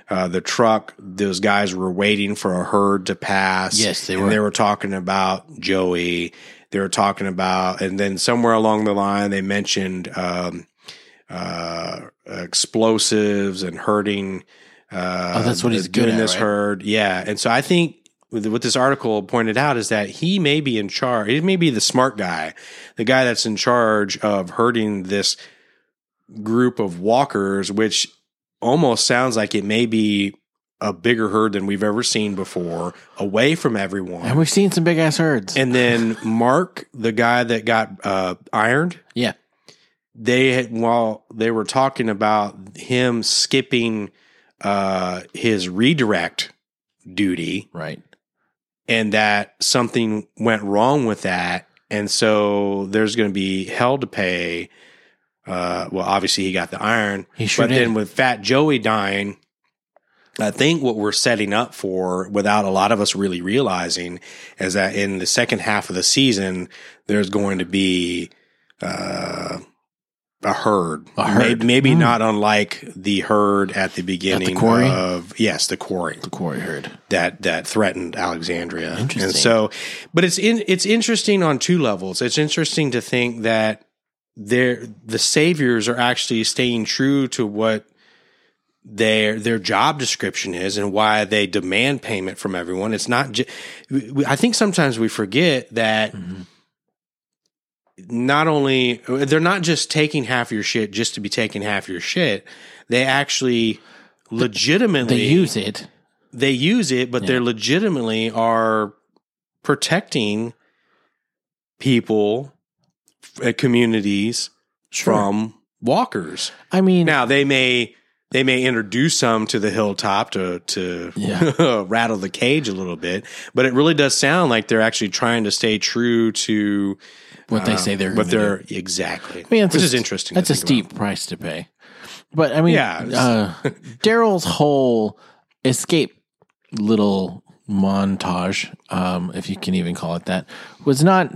[SPEAKER 1] uh, the truck. Those guys were waiting for a herd to pass.
[SPEAKER 2] Yes, they
[SPEAKER 1] And
[SPEAKER 2] were.
[SPEAKER 1] they were talking about Joey. They were talking about, and then somewhere along the line, they mentioned um, uh, explosives and herding. Uh,
[SPEAKER 2] Oh, that's what he's
[SPEAKER 1] doing
[SPEAKER 2] good at,
[SPEAKER 1] this
[SPEAKER 2] right?
[SPEAKER 1] herd, yeah. And so I think with- what this article pointed out is that he may be in charge. He may be the smart guy, the guy that's in charge of herding this group of walkers, which almost sounds like it may be a bigger herd than we've ever seen before, away from everyone.
[SPEAKER 2] And we've seen some big ass herds.
[SPEAKER 1] And then Mark, the guy that got uh, ironed,
[SPEAKER 2] yeah.
[SPEAKER 1] they had, while they were talking about him skipping uh, his redirect duty,
[SPEAKER 2] Right.
[SPEAKER 1] and that something went wrong with that, and so there's going to be hell to pay. Uh, well, obviously he got the iron,
[SPEAKER 2] He sure
[SPEAKER 1] but
[SPEAKER 2] did.
[SPEAKER 1] then with Fat Joey dying, I think what we're setting up for, without a lot of us really realizing, is that in the second half of the season, there's going to be uh, a herd,
[SPEAKER 2] A herd.
[SPEAKER 1] May- maybe
[SPEAKER 2] Hmm.
[SPEAKER 1] not unlike the herd at the beginning
[SPEAKER 2] quarry?
[SPEAKER 1] of yes, the quarry
[SPEAKER 2] The quarry herd.
[SPEAKER 1] that that threatened Alexandria.
[SPEAKER 2] Interesting.
[SPEAKER 1] And so, but it's in it's interesting on two levels. It's interesting to think that their the saviors are actually staying true to what their their job description is and why they demand payment from everyone. It's not. Ju- we- we- I think sometimes we forget that.
[SPEAKER 2] Mm-hmm.
[SPEAKER 1] Not only they're not just taking half your shit just to be taking half your shit, they actually legitimately
[SPEAKER 2] They use it.
[SPEAKER 1] they use it, but
[SPEAKER 2] Yeah.
[SPEAKER 1] they're legitimately are protecting people, uh, communities from walkers.
[SPEAKER 2] I mean,
[SPEAKER 1] Now they may they may introduce some to the hilltop to to rattle the cage a little bit, but it really does sound like they're actually trying to stay true to
[SPEAKER 2] what they
[SPEAKER 1] uh,
[SPEAKER 2] say they're
[SPEAKER 1] what
[SPEAKER 2] going to
[SPEAKER 1] they're exactly,
[SPEAKER 2] I mean, that's
[SPEAKER 1] which
[SPEAKER 2] a
[SPEAKER 1] is
[SPEAKER 2] st-
[SPEAKER 1] interesting. to
[SPEAKER 2] That's a
[SPEAKER 1] think about.
[SPEAKER 2] steep price to pay. But I mean,
[SPEAKER 1] Yeah.
[SPEAKER 2] uh, Daryl's whole escape little montage, um, if you can even call it that, was not.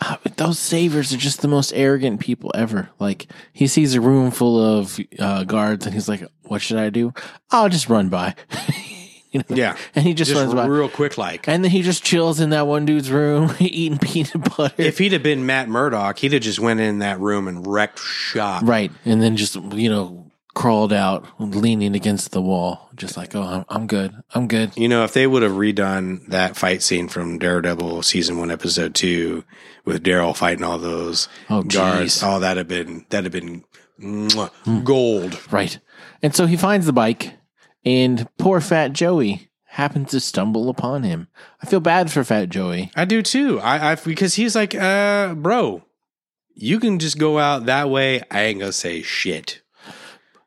[SPEAKER 2] uh, Those saviors are just the most arrogant people ever. Like he sees a room full of uh, guards and he's like, "What should I do? I'll just run by." you know?
[SPEAKER 1] Yeah.
[SPEAKER 2] and he just, runs
[SPEAKER 1] Just
[SPEAKER 2] by,
[SPEAKER 1] real quick, like
[SPEAKER 2] and then he just chills in that one dude's room eating peanut butter.
[SPEAKER 1] if he'd have been Matt Murdock, he'd have just went in that room and wrecked shop.
[SPEAKER 2] Right. And then just, you know, crawled out, leaning against the wall, just like, oh, I'm, I'm good. I'm good.
[SPEAKER 1] You know, if they would have redone that fight scene from Daredevil season one, episode two, with Daryl fighting all those
[SPEAKER 2] Oh,
[SPEAKER 1] guards,
[SPEAKER 2] geez.
[SPEAKER 1] oh, that'd have been that'd have been mwah, gold.
[SPEAKER 2] Right. And so he finds the bike, and poor Fat Joey happens to stumble upon him. I feel bad for Fat Joey.
[SPEAKER 1] I do too. I, I because he's like, uh, bro, you can just go out that way. I ain't gonna say shit.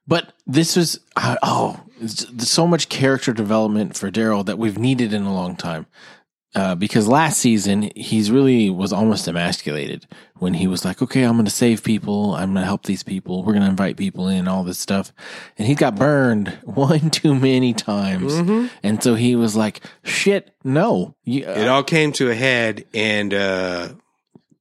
[SPEAKER 2] But this was, uh, oh, it's just- so much character development for Daryl that we've needed in a long time. Uh, because last season he's really was almost emasculated when he was like, "Okay, I'm going to save people. I'm going to help these people. We're going to invite people in, all this stuff," and he got burned one too many times,
[SPEAKER 1] Mm-hmm.
[SPEAKER 2] and so he was like, "Shit, no, you, uh,
[SPEAKER 1] It all came to a head, and uh,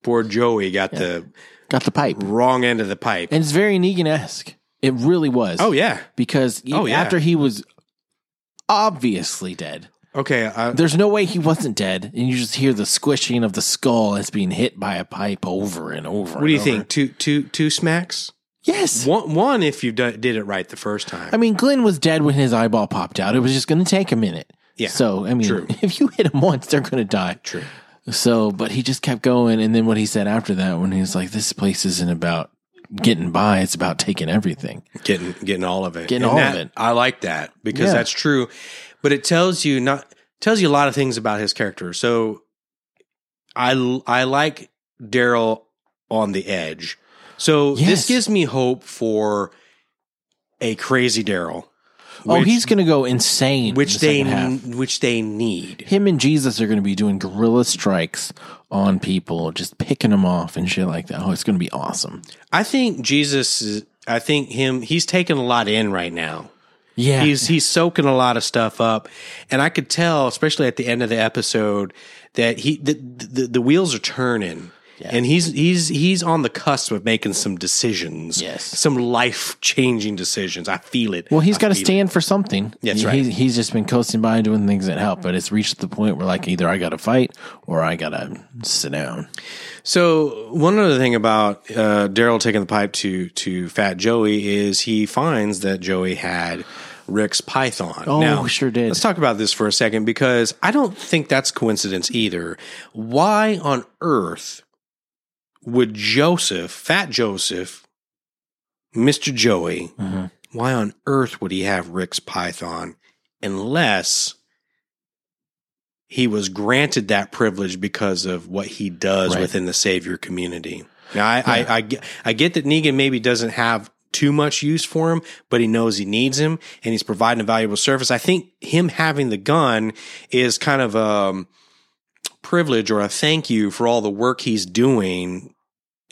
[SPEAKER 1] poor Joey got the
[SPEAKER 2] got the pipe,"
[SPEAKER 1] wrong end of the pipe.
[SPEAKER 2] and it's very Negan esque. It really was.
[SPEAKER 1] oh yeah,
[SPEAKER 2] because
[SPEAKER 1] Oh, yeah.
[SPEAKER 2] after he was obviously dead,
[SPEAKER 1] okay. uh, I,
[SPEAKER 2] There's no way he wasn't dead, and you just hear the squishing of the skull as being hit by a pipe over and over.
[SPEAKER 1] what do you think? Two two two smacks.
[SPEAKER 2] Yes.
[SPEAKER 1] One, one if you done, did it right the first time.
[SPEAKER 2] I mean, Glenn was dead when his eyeball popped out. It was just going to take a minute.
[SPEAKER 1] Yeah.
[SPEAKER 2] So, I mean,
[SPEAKER 1] True.
[SPEAKER 2] if you hit him once, they're going to die.
[SPEAKER 1] True.
[SPEAKER 2] So, but he just kept going. And then what he said after that, when he was like, this place isn't about getting by, it's about taking everything.
[SPEAKER 1] Getting getting all of it.
[SPEAKER 2] Getting
[SPEAKER 1] And
[SPEAKER 2] all
[SPEAKER 1] that-
[SPEAKER 2] of it.
[SPEAKER 1] I like that because
[SPEAKER 2] Yeah.
[SPEAKER 1] that's true. But it tells you not tells you a lot of things about his character. So I I like Daryl on the edge. So
[SPEAKER 2] Yes.
[SPEAKER 1] this gives me hope for a crazy Daryl.
[SPEAKER 2] oh,
[SPEAKER 1] which-
[SPEAKER 2] he's going to go insane. in
[SPEAKER 1] which
[SPEAKER 2] the
[SPEAKER 1] they
[SPEAKER 2] second half.
[SPEAKER 1] which they need.
[SPEAKER 2] him and Jesus are going to be doing guerrilla strikes on people, just picking them off and shit like that. Oh, it's going to be awesome.
[SPEAKER 1] I think Jesus. Is, I think him. He's taking a lot in right now.
[SPEAKER 2] Yeah,
[SPEAKER 1] He's he's soaking a lot of stuff up, and I could tell, especially at the end of the episode, that he the the, the wheels are turning, and he's he's he's on the cusp of making some decisions.
[SPEAKER 2] Yes.
[SPEAKER 1] some life changing decisions. I feel it.
[SPEAKER 2] Well, he's
[SPEAKER 1] I
[SPEAKER 2] got to
[SPEAKER 1] feel
[SPEAKER 2] stand for something.
[SPEAKER 1] That's
[SPEAKER 2] He-
[SPEAKER 1] right.
[SPEAKER 2] He's, he's just been coasting by doing things that help, but it's reached the point where like either I got to fight or I got to sit down.
[SPEAKER 1] it. So one other thing about uh, Daryl taking the pipe to to Fat Joey is he finds that Joey had. Rick's Python.
[SPEAKER 2] Oh, we sure did.
[SPEAKER 1] Let's talk about this for a second because I don't think that's coincidence either. Why on earth would Joseph, Fat Joseph, Mr. Joey,
[SPEAKER 2] Mhm.
[SPEAKER 1] why on earth would he have Rick's Python unless he was granted that privilege because of what he does
[SPEAKER 2] Right.
[SPEAKER 1] within the Savior community? Now, I, I, I, get- I get that Negan maybe doesn't have too much use for him, but he knows he needs him and he's providing a valuable service. I think him having the gun is kind of um, privilege or a thank you for all the work he's doing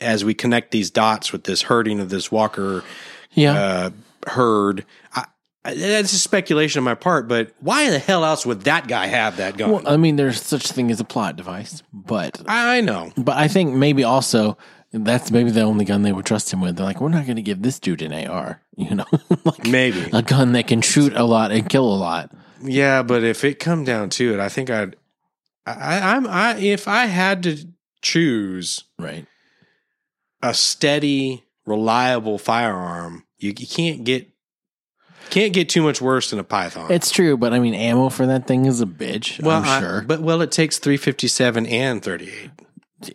[SPEAKER 1] as we connect these dots with this herding of this walker
[SPEAKER 2] Yeah.
[SPEAKER 1] uh, herd. I, I- that's a speculation on my part, but why the hell else would that guy have that gun?
[SPEAKER 2] well, I mean, there's such thing as a plot device, but
[SPEAKER 1] I know.
[SPEAKER 2] but I think maybe also that's maybe the only gun they would trust him with. They're like, we're not going to give this dude an AR, you know, like
[SPEAKER 1] Maybe.
[SPEAKER 2] a gun that can shoot a lot and kill a lot.
[SPEAKER 1] Yeah, but if it come down to it, I think I'd. I, I- I'm. I if I had to choose
[SPEAKER 2] Right.
[SPEAKER 1] a steady, reliable firearm, you, you can't get can't get too much worse than a python.
[SPEAKER 2] It's true, but I mean, ammo for that thing is a bitch.
[SPEAKER 1] well,
[SPEAKER 2] I'm
[SPEAKER 1] I-
[SPEAKER 2] sure.
[SPEAKER 1] but well, it takes three fifty seven and thirty eight.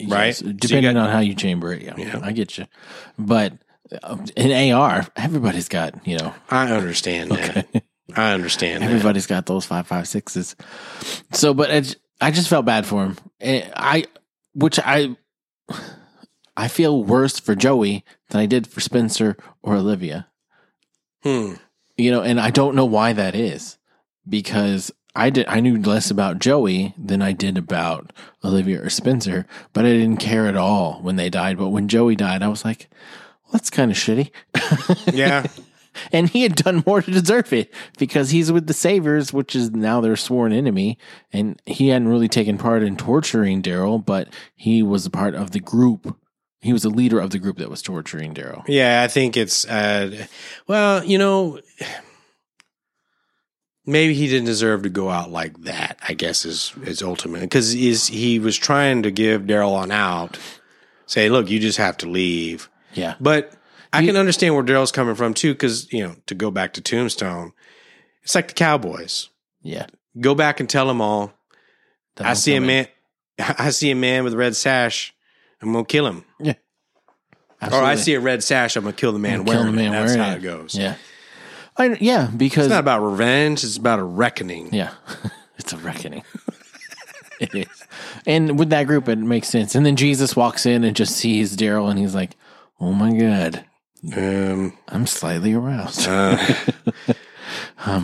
[SPEAKER 1] right?
[SPEAKER 2] Yes,
[SPEAKER 1] So you
[SPEAKER 2] depending
[SPEAKER 1] got-
[SPEAKER 2] on how you chamber it. Yeah,
[SPEAKER 1] Yeah.
[SPEAKER 2] I get you. But um, in AR, everybody's got you know,
[SPEAKER 1] I understand that. I understand that.
[SPEAKER 2] everybody's got those five five sixes. So, but it's, I just felt bad for him. Eh, I, which I, I feel worse for Joey than I did for Spencer or Olivia.
[SPEAKER 1] Hmm.
[SPEAKER 2] You know, and I don't know why that is because I did I knew less about Joey than I did about Olivia or Spencer, but I didn't care at all when they died. But when Joey died, I was like, well, that's kind of shitty.
[SPEAKER 1] Hmm. Yeah.
[SPEAKER 2] and he had done more to deserve it because he's with the Saviors, which is now their sworn enemy, and he hadn't really taken part in torturing Daryl, but he was a part of the group. He was a leader of the group that was torturing Daryl.
[SPEAKER 1] Yeah, I think it's uh, well, you know, maybe he didn't deserve to go out like that. I guess is is ultimately because is he was trying to give Daryl on out, say, look, you just have to leave.
[SPEAKER 2] Yeah.
[SPEAKER 1] But I
[SPEAKER 2] You-
[SPEAKER 1] can understand where Daryl's coming from too, because you know, to go back to Tombstone, it's like the Cowboys.
[SPEAKER 2] Yeah.
[SPEAKER 1] Go back and tell them all.
[SPEAKER 2] The
[SPEAKER 1] I see a
[SPEAKER 2] homecoming.
[SPEAKER 1] man. I see a man with a red sash. I'm gonna kill him. Or I
[SPEAKER 2] Absolutely.
[SPEAKER 1] see a red sash. I'm gonna kill the man
[SPEAKER 2] Kill
[SPEAKER 1] wearing
[SPEAKER 2] the man
[SPEAKER 1] it. That's
[SPEAKER 2] wearing
[SPEAKER 1] how it goes.
[SPEAKER 2] Yeah. I, yeah, because
[SPEAKER 1] It's not about revenge. It's about a reckoning.
[SPEAKER 2] yeah, it's a reckoning. it is, and with that group, it makes sense. And then Jesus walks in and just sees Daryl, and he's like, "Oh my god,
[SPEAKER 1] Um,
[SPEAKER 2] I'm slightly aroused.
[SPEAKER 1] uh,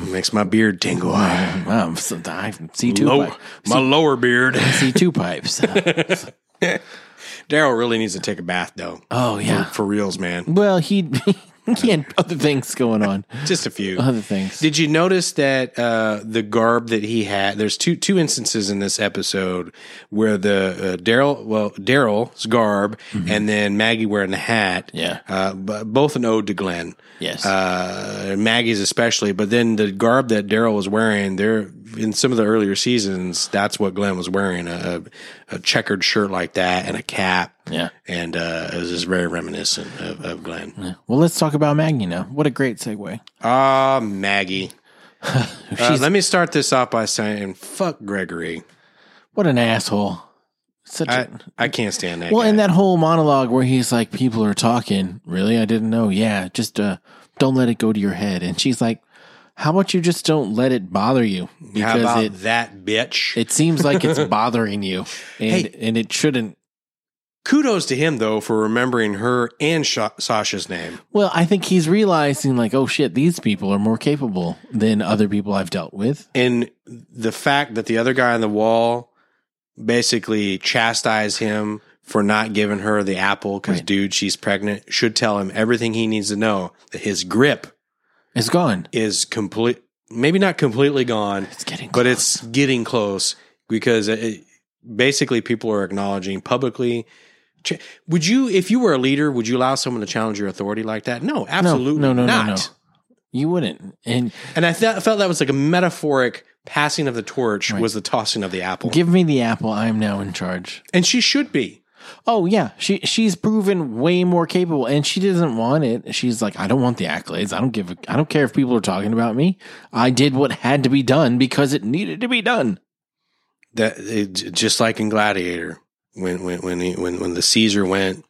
[SPEAKER 1] makes my beard tingle.
[SPEAKER 2] Wow, I'm so, I see two,
[SPEAKER 1] Low,
[SPEAKER 2] pi-
[SPEAKER 1] my lower beard.
[SPEAKER 2] see two pipes.
[SPEAKER 1] Daryl really needs to take a bath, though.
[SPEAKER 2] oh yeah.
[SPEAKER 1] For, for reals, man.
[SPEAKER 2] Well, he he had other things going on.
[SPEAKER 1] Just a few.
[SPEAKER 2] Other things.
[SPEAKER 1] Did you notice that uh, the garb that he had? There's two two instances in this episode where the uh, Daryl, well, Daryl's garb, and then Maggie wearing the hat.
[SPEAKER 2] Mm-hmm. Yeah.
[SPEAKER 1] uh, b- both an ode to Glenn.
[SPEAKER 2] Yes.
[SPEAKER 1] uh, Maggie's especially, but then the garb that Daryl was wearing there in some of the earlier seasons, that's what Glenn was wearing a, a checkered shirt like that and a cap.
[SPEAKER 2] yeah.
[SPEAKER 1] And uh, it was just very reminiscent of, of Glenn.
[SPEAKER 2] Well, let's talk about Maggie now. What a great segue.
[SPEAKER 1] Ah, Maggie. Uh,
[SPEAKER 2] She's
[SPEAKER 1] let me start this off by saying, fuck Gregory.
[SPEAKER 2] what an asshole. Such
[SPEAKER 1] I,
[SPEAKER 2] a
[SPEAKER 1] I can't stand that.
[SPEAKER 2] Well,
[SPEAKER 1] guy.
[SPEAKER 2] in that whole monologue where he's like, "People are talking." Really, I didn't know. Yeah, just uh, don't let it go to your head. And she's like, "How about you just don't let it bother you?"
[SPEAKER 1] How about
[SPEAKER 2] it
[SPEAKER 1] that bitch?
[SPEAKER 2] it seems like it's bothering you, and
[SPEAKER 1] Hey.
[SPEAKER 2] and it shouldn't.
[SPEAKER 1] Kudos to him though for remembering her and Sha- Sasha's name.
[SPEAKER 2] Well, I think he's realizing, like, oh shit, these people are more capable than other people I've dealt with.
[SPEAKER 1] And the fact that the other guy on the wall basically chastised him for not giving her the apple because,
[SPEAKER 2] Right.
[SPEAKER 1] dude, she's pregnant, should tell him everything he needs to know that his grip
[SPEAKER 2] It's gone.
[SPEAKER 1] is complete, maybe not completely gone,
[SPEAKER 2] It's getting
[SPEAKER 1] but
[SPEAKER 2] close.
[SPEAKER 1] it's getting close because it, basically people are acknowledging publicly. Ch- Would you, if you were a leader, would you allow someone to challenge your authority like that? No, absolutely
[SPEAKER 2] no, no, no,
[SPEAKER 1] not.
[SPEAKER 2] no. you wouldn't. And
[SPEAKER 1] And I th- felt that was like a metaphoric passing of the torch
[SPEAKER 2] Right.
[SPEAKER 1] was the tossing of the apple,
[SPEAKER 2] give me the apple. I am now in charge.
[SPEAKER 1] and she should be.
[SPEAKER 2] Oh yeah, she she's proven way more capable, and she doesn't want it. She's like, I don't want the accolades. I don't give. A, I don't care if people are talking about me. I did what had to be done because it needed to be done.
[SPEAKER 1] That it, j- just like in Gladiator, when when when he, when when the Caesar went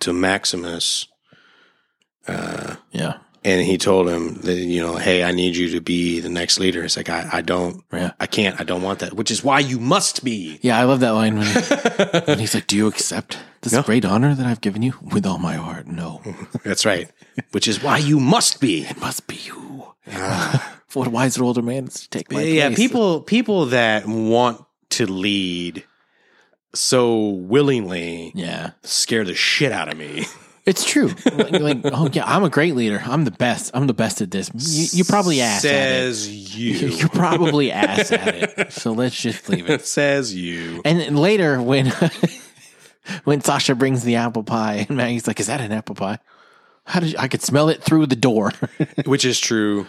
[SPEAKER 1] to Maximus, uh,
[SPEAKER 2] Yeah,
[SPEAKER 1] and he told him that you know, hey, I need you to be the next leader. It's like I, I don't,
[SPEAKER 2] yeah,
[SPEAKER 1] I can't, I don't want that. Which is why you must be.
[SPEAKER 2] yeah. I love that line when, when he's like, "Do you accept this great honor that I've given you with all my heart?" No,
[SPEAKER 1] That's right. Which is why you must be.
[SPEAKER 2] it must be you. For a wiser older man is to take my
[SPEAKER 1] Ah. yeah,
[SPEAKER 2] place.
[SPEAKER 1] people people that want to lead so willingly
[SPEAKER 2] Yeah,
[SPEAKER 1] scare the shit out of me.
[SPEAKER 2] it's true. like, like, oh yeah, I'm a great leader. I'm the best. I'm the best at this. You, you probably ass at it.
[SPEAKER 1] says you.
[SPEAKER 2] You're probably ass at it. So let's just leave it.
[SPEAKER 1] says you.
[SPEAKER 2] And then later when when Sasha brings the apple pie and Maggie's like, Is that an apple pie? How did you, I could smell it through the door? it
[SPEAKER 1] Which is true.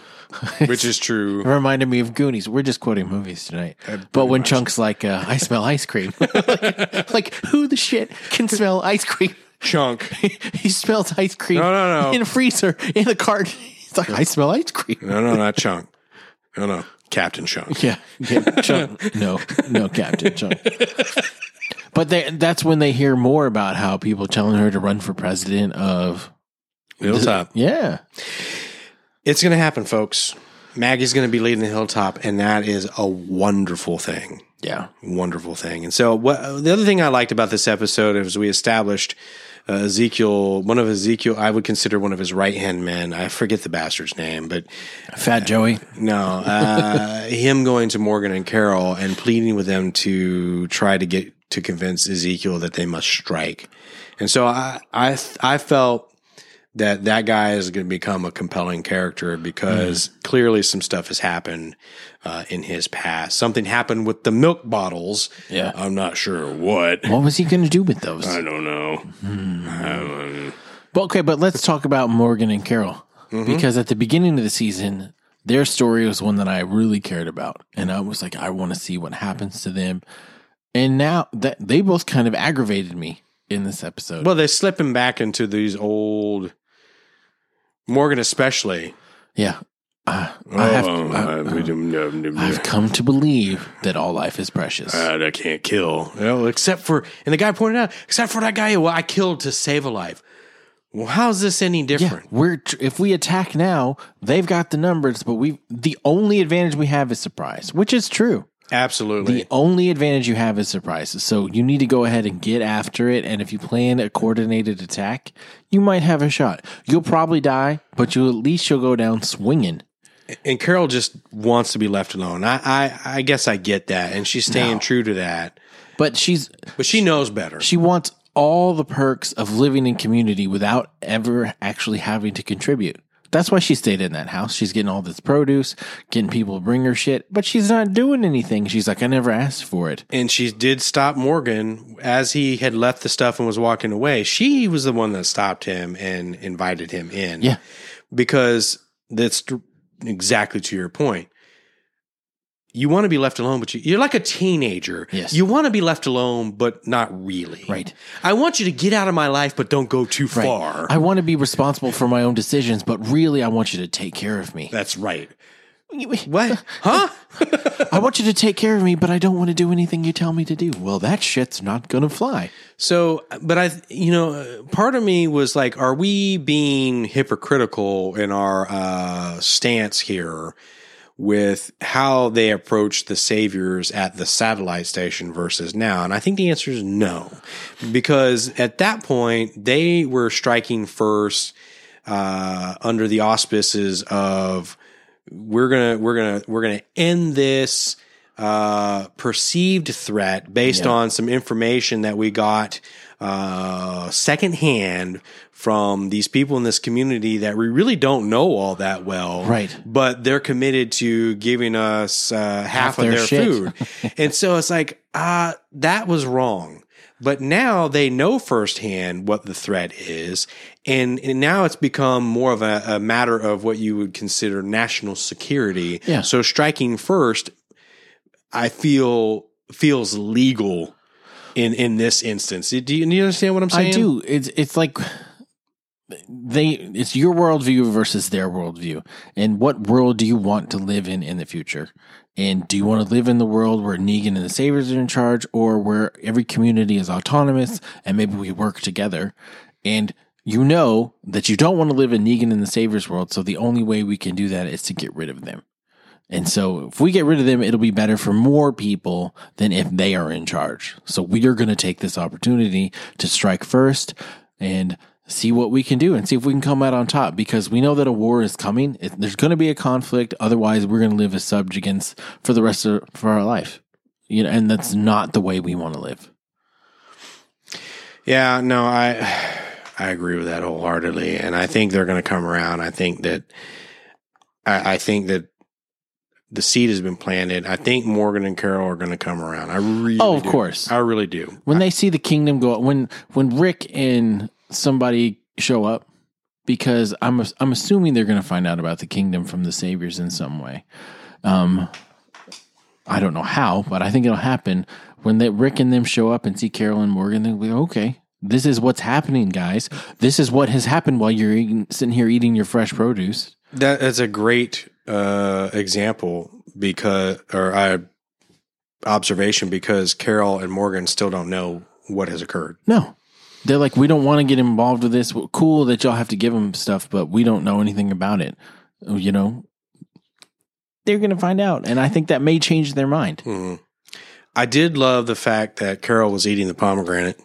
[SPEAKER 1] Which is true.
[SPEAKER 2] reminded me of Goonies. We're just quoting movies tonight.
[SPEAKER 1] Uh,
[SPEAKER 2] But when Chunk's like, uh, I smell ice cream. like, like, who the shit can smell ice cream?
[SPEAKER 1] Chunk.
[SPEAKER 2] he smells ice cream
[SPEAKER 1] No, no, no.
[SPEAKER 2] in a freezer in a cart. He's like, I smell ice cream.
[SPEAKER 1] No, no, not Chunk. No, no. Captain Chunk.
[SPEAKER 2] Yeah, yeah Chunk. no, no, Captain Chunk. But they, that's when they hear more about how people telling her to run for president of.
[SPEAKER 1] Hilltop.
[SPEAKER 2] Yeah,
[SPEAKER 1] It's going to happen, folks. Maggie's going to be leading the hilltop, and that is a wonderful thing.
[SPEAKER 2] yeah,
[SPEAKER 1] wonderful thing. And so, what, the other thing I liked about this episode is we established uh, Ezekiel, one of Ezekiel, I would consider one of his right hand men. I forget the bastard's name, but
[SPEAKER 2] Fat Joey.
[SPEAKER 1] no, uh, him going to Morgan and Carol and pleading with them to try to get to convince Ezekiel that they must strike. And so, I I I felt. That that guy is going to become a compelling character because
[SPEAKER 2] Mm-hmm.
[SPEAKER 1] clearly some stuff has happened uh, in his past. Something happened with the milk bottles
[SPEAKER 2] Yeah,
[SPEAKER 1] I'm not sure what.
[SPEAKER 2] what was he going to do with those?
[SPEAKER 1] I don't know. I don't know.
[SPEAKER 2] But okay, but let's talk about Morgan and Carol because at the beginning of the season, their story was one that I really cared about, and I was like, I want to see what happens to them. And now that they both kind of aggravated me in this episode.
[SPEAKER 1] Well, they're slipping back into these old Morgan, especially. Oh,
[SPEAKER 2] yeah, uh, I have. I- I- I've come to believe that all life is precious.
[SPEAKER 1] uh, I can't kill. You know, except for, and the guy pointed out, except for that guy who I killed to save a life. Well, how's this any
[SPEAKER 2] yeah,
[SPEAKER 1] different?
[SPEAKER 2] we're tr- if we attack now, they've got the numbers, but we the only advantage we have is surprise, which is true.
[SPEAKER 1] Absolutely.
[SPEAKER 2] The only advantage you have is surprise. So you need to go ahead and get after it. And if you plan a coordinated attack, you might have a shot. You'll probably die, but you at least you'll go down swinging.
[SPEAKER 1] and Carol just wants to be left alone. I, I, I guess I get that. And she's staying true to that.
[SPEAKER 2] But she's
[SPEAKER 1] But she knows better.
[SPEAKER 2] she wants all the perks of living in community without ever actually having to contribute. That's why she stayed in that house. She's getting all this produce, getting people to bring her shit, but she's not doing anything. She's like, I never asked for it.
[SPEAKER 1] and she did stop Morgan as he had left the stuff and was walking away. She was the one that stopped him and invited him in.
[SPEAKER 2] Yeah.
[SPEAKER 1] Because that's t- exactly to your point. You want to be left alone, but you, you're like a teenager.
[SPEAKER 2] Yes.
[SPEAKER 1] You want to be left alone, but not really.
[SPEAKER 2] Right.
[SPEAKER 1] I want you to get out of my life, but don't go too far.
[SPEAKER 2] I want to be responsible for my own decisions, but really, I want you to take care of me.
[SPEAKER 1] that's right. What? huh?
[SPEAKER 2] I want you to take care of me, but I don't want to do anything you tell me to do. Well, that shit's not going to fly.
[SPEAKER 1] So, but I, you know, uh, part of me was like, are we being hypocritical in our uh, stance here with how they approach the saviors at the satellite station versus now? And I think the answer is no, because at that point they were striking first uh, under the auspices of we're gonna we're gonna we're gonna end this uh, perceived threat based
[SPEAKER 2] Yeah.
[SPEAKER 1] on some information that we got uh, secondhand from these people in this community that we really don't know all that well,
[SPEAKER 2] Right.
[SPEAKER 1] But they're committed to giving us uh, half, of
[SPEAKER 2] their
[SPEAKER 1] their,
[SPEAKER 2] shit.
[SPEAKER 1] food, and so it's like uh, that was wrong. But now they know firsthand what the threat is, and, and now it's become more of a, a matter of what you would consider national security.
[SPEAKER 2] Yeah.
[SPEAKER 1] So striking first I feel feels legal in in this instance. Do you, do you understand what I'm saying?
[SPEAKER 2] I do. It's it's like they it's your worldview versus their worldview. And what world do you want to live in in the future? And do you want to live in the world where Negan and the Saviors are in charge or where every community is autonomous and maybe we work together? And you know that you don't want to live in Negan and the Saviors world, so the only way we can do that is to get rid of them. And so if we get rid of them, it'll be better for more people than if they are in charge. So we are going to take this opportunity to strike first and see what we can do and see if we can come out on top because we know that a war is coming. It, there's going to be a conflict. Otherwise, we're going to live as subjugants for the rest of for our life. You know, and that's not the way we want to live.
[SPEAKER 1] Yeah, no, I I agree with that wholeheartedly, and I think they're going to come around. I think that I, I think that the seed has been planted. I think Morgan and Carol are going to come around. I really,
[SPEAKER 2] Oh, of
[SPEAKER 1] do.
[SPEAKER 2] course.
[SPEAKER 1] I really do.
[SPEAKER 2] When they see the kingdom go when when Rick and somebody show up because I'm I'm assuming they're going to find out about the kingdom from the saviors in some way. Um, I don't know how, but I think it'll happen when that Rick and them show up and see Carol and Morgan. They'll be okay. This is what's happening, guys. This is what has happened while you're eating, sitting here eating your fresh produce.
[SPEAKER 1] That, that's a great uh, example because, or I observation because Carol and Morgan still don't know what has occurred.
[SPEAKER 2] No. They're like, we don't want to get involved with this. Well, cool that y'all have to give them stuff, but we don't know anything about it. You know, they're going to find out. And I think that may change their mind.
[SPEAKER 1] Mhm. I did love the fact that Carol was eating the pomegranate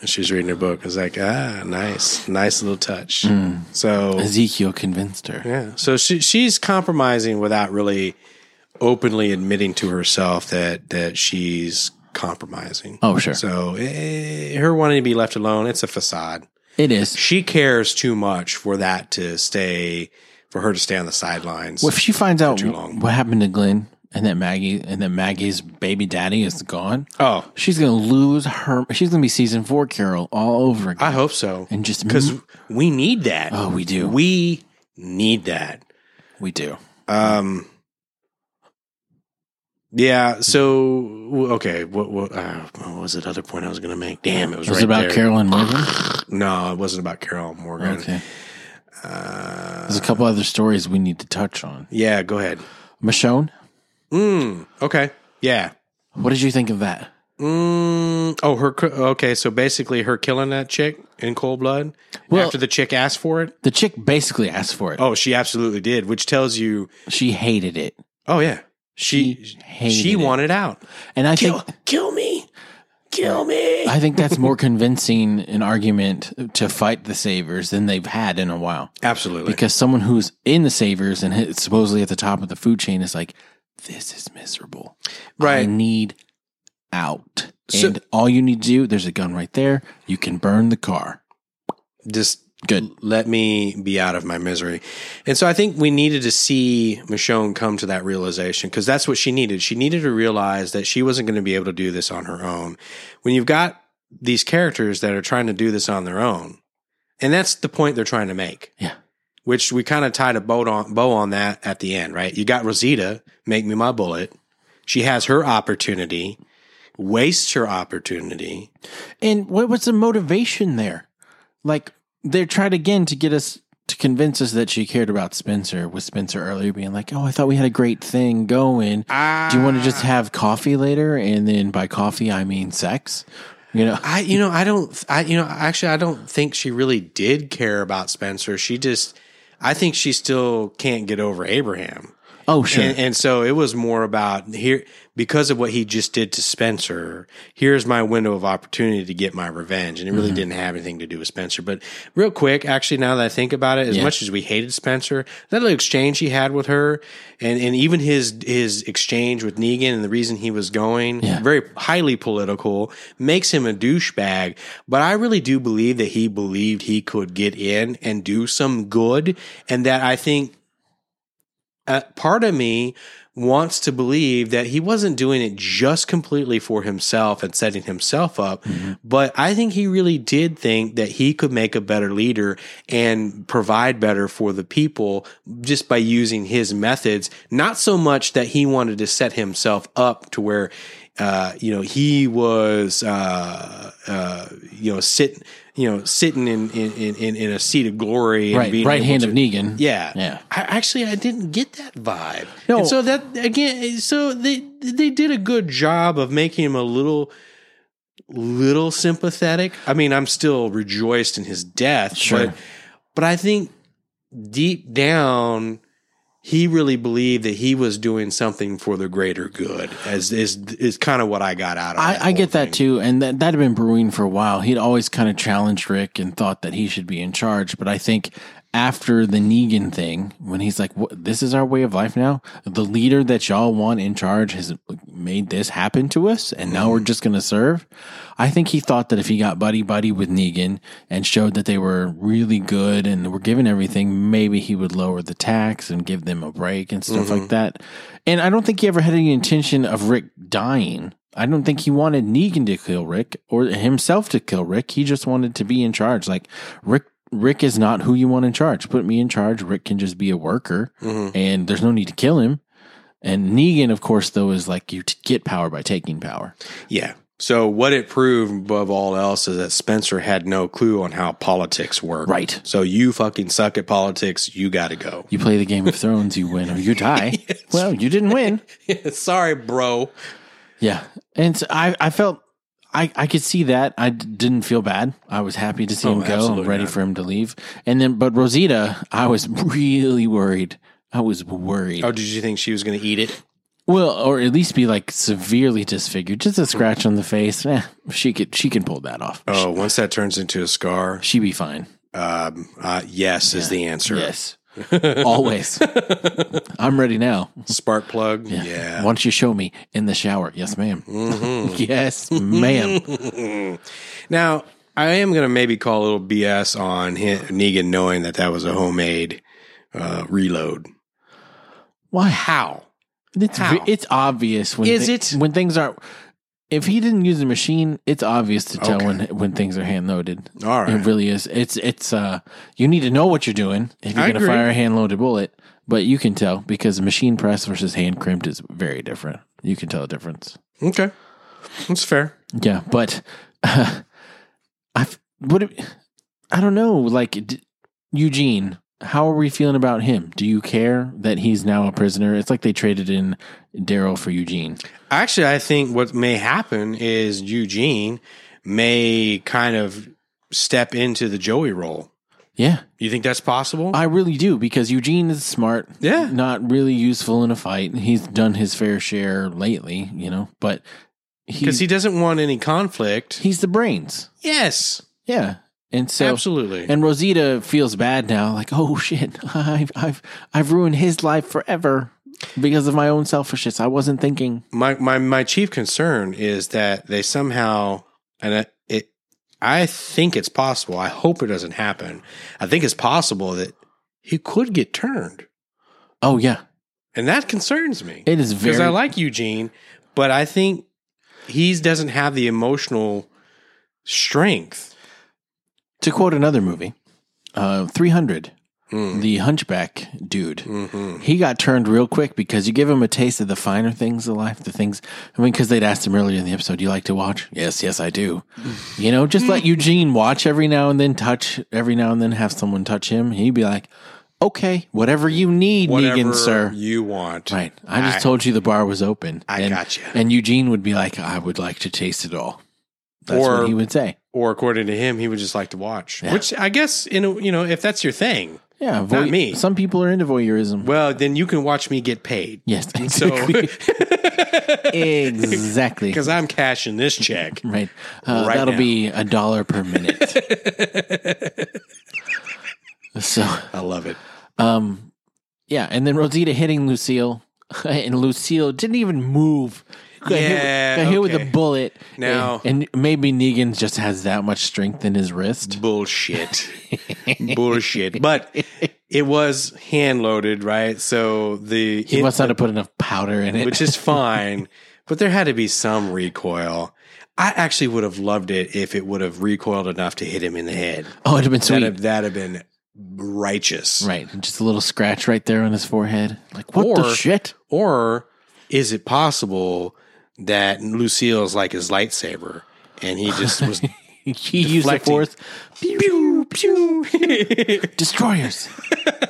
[SPEAKER 1] and she was reading her book. I was like, ah, nice, nice little touch.
[SPEAKER 2] Hmm.
[SPEAKER 1] So
[SPEAKER 2] Ezekiel convinced her.
[SPEAKER 1] yeah, so she she's compromising without really openly admitting to herself that that she's compromising.
[SPEAKER 2] Oh, sure.
[SPEAKER 1] So eh, her wanting to be left alone, it's a facade.
[SPEAKER 2] It is.
[SPEAKER 1] She cares too much for that to stay, for her to stay on the sidelines.
[SPEAKER 2] Well, if she finds out
[SPEAKER 1] too long.
[SPEAKER 2] what happened to Glenn and that Maggie and that Maggie's baby daddy is gone,
[SPEAKER 1] oh,
[SPEAKER 2] she's going to lose her. She's going to be season four Carol all over again.
[SPEAKER 1] I hope so.
[SPEAKER 2] and just
[SPEAKER 1] Because we need that.
[SPEAKER 2] oh, we do. We,
[SPEAKER 1] We need that.
[SPEAKER 2] do.
[SPEAKER 1] Um. Yeah. So w- okay. What what, uh, what was that other point I was going to make? Damn, it was,
[SPEAKER 2] It was
[SPEAKER 1] right
[SPEAKER 2] about
[SPEAKER 1] there.
[SPEAKER 2] Carol and Morgan.
[SPEAKER 1] No, it wasn't about Carol Morgan.
[SPEAKER 2] Okay.
[SPEAKER 1] Uh,
[SPEAKER 2] There's a couple other stories we need to touch on.
[SPEAKER 1] Yeah. Go ahead.
[SPEAKER 2] Michonne,
[SPEAKER 1] Mm. Okay. Yeah.
[SPEAKER 2] what did you think of that?
[SPEAKER 1] Mm, oh, her. cr- Okay, so basically, her killing that chick in cold blood
[SPEAKER 2] Well-
[SPEAKER 1] after the chick asked for it.
[SPEAKER 2] The chick basically asked for it.
[SPEAKER 1] Oh, she absolutely did, which tells you.
[SPEAKER 2] She hated it.
[SPEAKER 1] Oh yeah, she
[SPEAKER 2] She
[SPEAKER 1] she,
[SPEAKER 2] hated it.
[SPEAKER 1] wanted out.
[SPEAKER 2] And I
[SPEAKER 1] Kill,
[SPEAKER 2] think
[SPEAKER 1] kill me, kill me.
[SPEAKER 2] I think that's more convincing an argument to fight the Savers than they've had in a while.
[SPEAKER 1] Absolutely.
[SPEAKER 2] Because someone who's in the Savers and is supposedly at the top of the food chain is like, this is miserable. I
[SPEAKER 1] Right.
[SPEAKER 2] need out.
[SPEAKER 1] So-
[SPEAKER 2] and all you need to do, there's a gun right there. You can burn the car.
[SPEAKER 1] just
[SPEAKER 2] Good.
[SPEAKER 1] let me be out of my misery. And so I think we needed to see Michonne come to that realization because that's what she needed. She needed to realize that she wasn't going to be able to do this on her own. When you've got these characters that are trying to do this on their own, and that's the point they're trying to make.
[SPEAKER 2] Yeah.
[SPEAKER 1] Which we kind of tied a bow on bow on that at the end, right? You got Rosita, make me my bullet. She has her opportunity, wastes her opportunity.
[SPEAKER 2] And what was the motivation there? Like they're trying again to get us to convince us that she cared about Spencer with Spencer earlier being like, Oh, I thought we had a great thing going. Do you want to
[SPEAKER 1] Ah.
[SPEAKER 2] just have coffee later? And then by coffee I mean sex. You know?
[SPEAKER 1] I you know I don't I you know actually I don't think she really did care about Spencer. She just I think she still can't get over Abraham.
[SPEAKER 2] Oh, sure.
[SPEAKER 1] And, and so it was more about here because of what he just did to Spencer. Here's my window of opportunity to get my revenge, and it
[SPEAKER 2] Mm-hmm.
[SPEAKER 1] really didn't have anything to do with Spencer. But real quick, actually, now that I think about it, as
[SPEAKER 2] Yeah.
[SPEAKER 1] much as we hated Spencer, that little exchange he had with her, and and even his his exchange with Negan and the reason he was going,
[SPEAKER 2] Yeah.
[SPEAKER 1] very highly political, makes him a douchebag. But I really do believe that he believed he could get in and do some good, and that I think uh, part of me wants to believe that he wasn't doing it just completely for himself and setting himself up,
[SPEAKER 2] Mm-hmm.
[SPEAKER 1] but I think he really did think that he could make a better leader and provide better for the people just by using his methods. Not so much that he wanted to set himself up to where, uh, you know, he was, uh, uh, you know, sitting, you know, sitting in, in, in- in, in a seat of glory. And
[SPEAKER 2] right,
[SPEAKER 1] being
[SPEAKER 2] right
[SPEAKER 1] able
[SPEAKER 2] hand
[SPEAKER 1] to-
[SPEAKER 2] of Negan.
[SPEAKER 1] yeah.
[SPEAKER 2] Yeah.
[SPEAKER 1] I, actually, I didn't get that vibe.
[SPEAKER 2] No.
[SPEAKER 1] And so that again, so they they did a good job of making him a little little sympathetic. I mean, I'm still rejoiced in his death,
[SPEAKER 2] Sure.
[SPEAKER 1] but but I think deep down he really believed that he was doing something for the greater good. As is is kind of what I got out of. that
[SPEAKER 2] I, I
[SPEAKER 1] whole
[SPEAKER 2] get
[SPEAKER 1] thing.
[SPEAKER 2] that too, and that that had been brewing for a while. He'd always kind of challenged Rick and thought that he should be in charge, but I think after the Negan thing, when he's like, what, "This is our way of life now," the leader that y'all want in charge has made this happen to us, and now
[SPEAKER 1] Mm-hmm.
[SPEAKER 2] we're just going to serve. I think he thought that if he got buddy buddy with Negan and showed that they were really good and were given everything, maybe he would lower the tax and give them a break and stuff
[SPEAKER 1] Mm-hmm.
[SPEAKER 2] like that. And I don't think he ever had any intention of Rick dying. I don't think he wanted Negan to kill Rick or himself to kill Rick. He just wanted to be in charge. Like Rick Rick is not who you want in charge. Put me in charge. Rick can just be a worker and there's no need to kill him. And Negan, of course, though, is like you t- get power by taking power.
[SPEAKER 1] Yeah. So what it proved above all else is that Spencer had no clue on how politics work.
[SPEAKER 2] Right.
[SPEAKER 1] So you fucking suck at politics. You got to go.
[SPEAKER 2] You play the Game of Thrones, you win or you die. Well, you didn't win.
[SPEAKER 1] Sorry, bro.
[SPEAKER 2] Yeah. And so I, I felt I, I could see that. I d- didn't feel bad. I was happy to see
[SPEAKER 1] Oh,
[SPEAKER 2] him go and
[SPEAKER 1] absolutely
[SPEAKER 2] ready
[SPEAKER 1] not.
[SPEAKER 2] for him to leave. And then, but Rosita, I was really worried. I was worried.
[SPEAKER 1] Oh, did you think she was going to eat it?
[SPEAKER 2] Well, or at least be like severely disfigured, just a scratch on the face. Eh, she could she can pull that off.
[SPEAKER 1] Hmm. Oh, once that turns into a scar,
[SPEAKER 2] She'd be fine.
[SPEAKER 1] um, uh, yes is the answer.
[SPEAKER 2] Yes. Always. I'm ready now.
[SPEAKER 1] Spark plug. Yeah. Mm-hmm.
[SPEAKER 2] Why don't you show me in the shower? Yes, madam yes, ma'am.
[SPEAKER 1] Now, I am going to maybe call a little BS on him, Negan knowing that that was a homemade uh, reload.
[SPEAKER 2] Why?
[SPEAKER 1] How?
[SPEAKER 2] It's
[SPEAKER 1] How?
[SPEAKER 2] ve- it's obvious when
[SPEAKER 1] Is
[SPEAKER 2] thi-
[SPEAKER 1] it?
[SPEAKER 2] when things aren't. If he didn't use the machine, it's obvious to tell
[SPEAKER 1] Okay.
[SPEAKER 2] when when things are hand loaded.
[SPEAKER 1] All right.
[SPEAKER 2] It really is. It's it's uh you need to know what you're doing if you're
[SPEAKER 1] I
[SPEAKER 2] going to
[SPEAKER 1] agree.
[SPEAKER 2] fire a hand loaded bullet, but you can tell because machine press versus hand crimped is very different. You can tell a difference.
[SPEAKER 1] Okay. That's fair.
[SPEAKER 2] Yeah, but uh, I what it- I don't know. Like d- Eugene, how are we feeling about him? Do you care that he's now a prisoner? It's like they traded in Daryl for Eugene.
[SPEAKER 1] Actually, I think what may happen is Eugene may kind of step into the Joey role.
[SPEAKER 2] Yeah,
[SPEAKER 1] You think that's possible?
[SPEAKER 2] I really do because Eugene is smart.
[SPEAKER 1] Yeah.
[SPEAKER 2] not really useful in a fight. He's done his fair share lately, you know, but
[SPEAKER 1] Because
[SPEAKER 2] he's
[SPEAKER 1] he doesn't want any conflict.
[SPEAKER 2] he's the brains.
[SPEAKER 1] Yes,
[SPEAKER 2] Yeah, and so
[SPEAKER 1] absolutely.
[SPEAKER 2] And Rosita feels bad now, like, oh shit, I've I've I've ruined his life forever because of my own selfishness. I wasn't thinking.
[SPEAKER 1] my my my chief concern is that they somehow and it, it I think it's possible. I hope it doesn't happen. I think it's possible that he could get turned,
[SPEAKER 2] Oh yeah.
[SPEAKER 1] and that concerns me.
[SPEAKER 2] It is very
[SPEAKER 1] because I like Eugene, but I think he doesn't have the emotional strength.
[SPEAKER 2] to quote another movie, uh, three hundred,
[SPEAKER 1] Hmm.
[SPEAKER 2] the hunchback dude.
[SPEAKER 1] Mm-hmm.
[SPEAKER 2] He got turned real quick because you give him a taste of the finer things of life, the things. I mean, because they'd asked him earlier in the episode, "Do you like to watch?" Yes, yes, I do. you know, just let Eugene watch every now and then, touch every now and then, have someone touch him. He'd be like, "Okay, whatever you need,
[SPEAKER 1] Whatever
[SPEAKER 2] Negan, sir."
[SPEAKER 1] you want,
[SPEAKER 2] Right. I just told you the bar was open.
[SPEAKER 1] I
[SPEAKER 2] and,
[SPEAKER 1] gotcha.
[SPEAKER 2] And Eugene would be like, I would like to taste it all. That's
[SPEAKER 1] Or-
[SPEAKER 2] what he would say.
[SPEAKER 1] or according to him, he would just like to watch. Which I guess, in a, you know, if that's your thing,
[SPEAKER 2] Yeah, voy-
[SPEAKER 1] Not me.
[SPEAKER 2] Some people are into voyeurism.
[SPEAKER 1] Well, then you can watch me get paid.
[SPEAKER 2] yes,
[SPEAKER 1] So,
[SPEAKER 2] exactly. exactly.
[SPEAKER 1] because I'm cashing this check.
[SPEAKER 2] Right. Uh,
[SPEAKER 1] Right now.
[SPEAKER 2] that'll be a dollar per minute. so,
[SPEAKER 1] I love it.
[SPEAKER 2] um, yeah. And then Rosita hitting Lucille, and Lucille didn't even move. Got hit with-
[SPEAKER 1] Yeah,
[SPEAKER 2] got hit with
[SPEAKER 1] okay.
[SPEAKER 2] a bullet. Eh,
[SPEAKER 1] Now-
[SPEAKER 2] and, and maybe Negan just has that much strength in his wrist.
[SPEAKER 1] Bullshit. Bullshit. But it was hand loaded, right? So the
[SPEAKER 2] He must not have put enough powder in it.
[SPEAKER 1] which is fine, but there had to be some recoil. I actually would have loved it if it would have recoiled enough to hit him in the head.
[SPEAKER 2] oh, it'd have been sweet.
[SPEAKER 1] That'd have, that'd have been righteous.
[SPEAKER 2] Right. and Just a little scratch right there on his forehead. Like, what the
[SPEAKER 1] Or-
[SPEAKER 2] shit?
[SPEAKER 1] Or is it possible that Lucille's like his lightsaber and he just was
[SPEAKER 2] He used the
[SPEAKER 1] Deflecting.
[SPEAKER 2] force.
[SPEAKER 1] pew pew
[SPEAKER 2] Destroyers.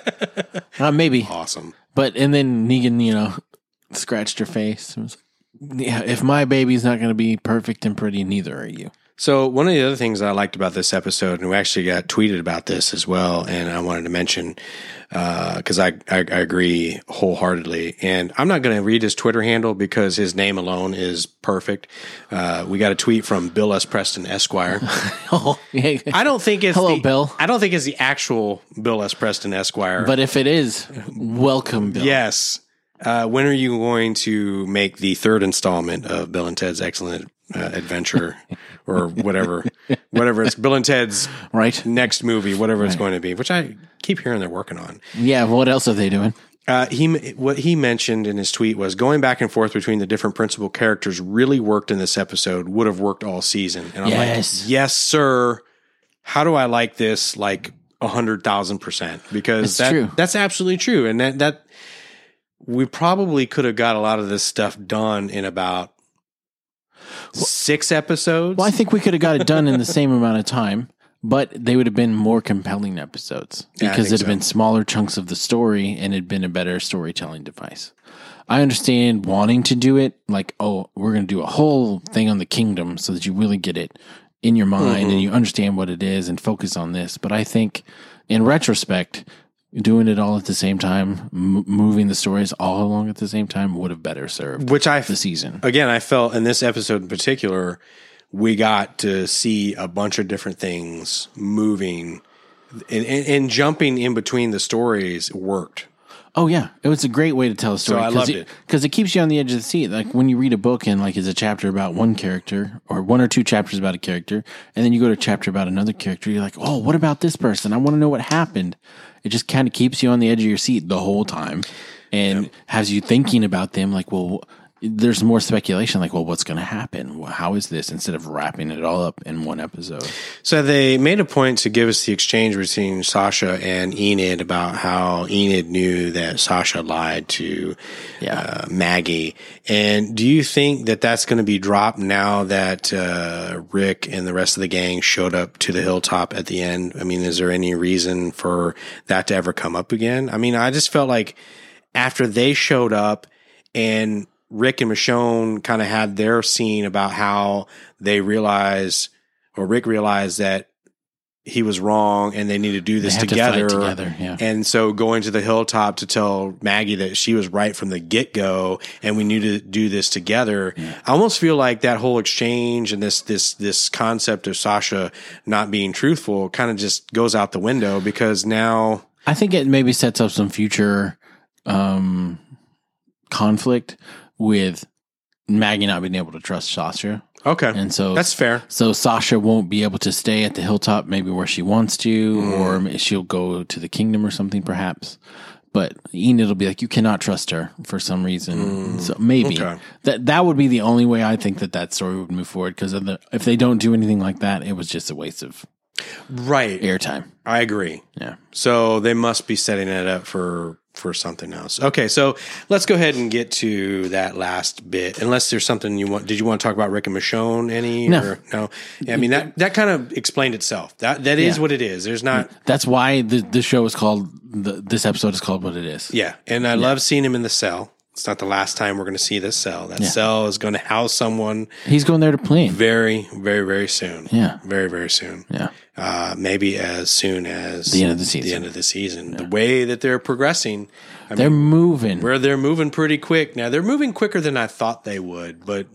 [SPEAKER 2] uh, maybe.
[SPEAKER 1] awesome.
[SPEAKER 2] But, and then Negan, you know, scratched her face. and was like, yeah, if my baby's not going to be perfect and pretty, neither are you.
[SPEAKER 1] So one of the other things I liked about this episode, and we actually got tweeted about this as well, and I wanted to mention because I, I I agree wholeheartedly, and I'm not going to read his Twitter handle because his name alone is perfect. Uh, we got a tweet from Bill S. Preston Esquire.
[SPEAKER 2] Oh, yeah.
[SPEAKER 1] I don't think it's
[SPEAKER 2] Hello,
[SPEAKER 1] the-
[SPEAKER 2] Bill.
[SPEAKER 1] I don't think it's the actual Bill S. Preston Esquire.
[SPEAKER 2] But if it is, welcome, Bill.
[SPEAKER 1] yes, uh, when are you going to make the third installment of Bill and Ted's Excellent uh, Adventure or whatever, whatever it's Bill and Ted's
[SPEAKER 2] Right?
[SPEAKER 1] next movie, whatever it's going to be, which I keep hearing they're working on.
[SPEAKER 2] Yeah. What else are they doing?
[SPEAKER 1] Uh, he what he mentioned in his tweet was going back and forth between the different principal characters really worked in this episode. Would have worked all season, and I'm
[SPEAKER 2] Yes.
[SPEAKER 1] like, yes, sir. How do I like this? Like a hundred thousand percent because
[SPEAKER 2] It's
[SPEAKER 1] that-
[SPEAKER 2] true.
[SPEAKER 1] that's absolutely true, and that that we probably could have got a lot of this stuff done in about six episodes.
[SPEAKER 2] Well, I think we could have got it done in the same amount of time, but they would have been more compelling episodes
[SPEAKER 1] Yeah, I
[SPEAKER 2] because
[SPEAKER 1] think
[SPEAKER 2] it'd have been smaller chunks of the story and it'd been a better storytelling device. I understand wanting to do it like, oh, we're going to do a whole thing on the kingdom so that you really get it in your mind
[SPEAKER 1] Mm-hmm.
[SPEAKER 2] and you understand what it is and focus on this. But I think in retrospect, doing it all at the same time, m- moving the stories all along at the same time would have better served
[SPEAKER 1] which I
[SPEAKER 2] the season.
[SPEAKER 1] again, I felt in this episode in particular, we got to see a bunch of different things moving and, and, and jumping in between the stories worked.
[SPEAKER 2] Oh yeah, it was a great way to tell a story.
[SPEAKER 1] I loved it.
[SPEAKER 2] because it keeps you on the edge of the seat. Like when you read a book and like it's a chapter about one character or one or two chapters about a character, and then you go to a chapter about another character. You're like, oh, what about this person? I want to know what happened. It just kind of keeps you on the edge of your seat the whole time, and has you thinking about them. Like, well, there's more speculation. Like, well, what's going to happen? Well, How is this? Instead of wrapping it all up in one episode.
[SPEAKER 1] So they made a point to give us the exchange between Sasha and Enid about how Enid knew that Sasha lied to
[SPEAKER 2] Yeah.
[SPEAKER 1] uh, Maggie. And do you think that that's going to be dropped now that uh, Rick and the rest of the gang showed up to the hilltop at the end? I mean, is there any reason for that to ever come up again? I mean, I just felt like after they showed up and Rick and Michonne kind of had their scene about how they realized or Rick realized that he was wrong and they need to do
[SPEAKER 2] They
[SPEAKER 1] this
[SPEAKER 2] have to fight
[SPEAKER 1] together.
[SPEAKER 2] together, yeah.
[SPEAKER 1] And so going to the hilltop to tell Maggie that she was right from the get go and we need to do this together. I almost feel like that whole exchange and this this this concept of Sasha not being truthful kind of just goes out the window because now
[SPEAKER 2] I think it maybe sets up some future um, conflict with Maggie not being able to trust Sasha,
[SPEAKER 1] Okay.
[SPEAKER 2] and so
[SPEAKER 1] That's fair.
[SPEAKER 2] so Sasha won't be able to stay at the hilltop, maybe where she wants to,
[SPEAKER 1] Mm.
[SPEAKER 2] or she'll go to the kingdom or something, perhaps. But Enid will be like, you cannot trust her for some reason. so maybe
[SPEAKER 1] Mm. okay.
[SPEAKER 2] that that would be the only way I think that that story would move forward. Because if they don't do anything like that, it was just a waste of
[SPEAKER 1] Right.
[SPEAKER 2] airtime.
[SPEAKER 1] I agree.
[SPEAKER 2] Yeah.
[SPEAKER 1] So they must be setting that up for for something else. Okay, so let's go ahead and get to that last bit. Unless there's something you want, did you want to talk about Rick and Michonne any?
[SPEAKER 2] No.
[SPEAKER 1] or, no. Yeah, I mean that that kind of explained itself. That that is
[SPEAKER 2] Yeah.
[SPEAKER 1] what it is. There's not.
[SPEAKER 2] That's why the the show is called the, this episode is called what it is.
[SPEAKER 1] Yeah, and I love seeing him in the cell. It's not the last time we're going to see this cell. That cell is going to house someone
[SPEAKER 2] He's going there to plan.
[SPEAKER 1] very, very, very soon.
[SPEAKER 2] Yeah.
[SPEAKER 1] Very, very soon.
[SPEAKER 2] Yeah.
[SPEAKER 1] Uh, maybe as soon as
[SPEAKER 2] The end of the season.
[SPEAKER 1] The end of the season. The way that they're progressing, I
[SPEAKER 2] They're
[SPEAKER 1] mean,
[SPEAKER 2] moving.
[SPEAKER 1] where they're moving pretty quick. Now they're moving quicker than I thought they would, but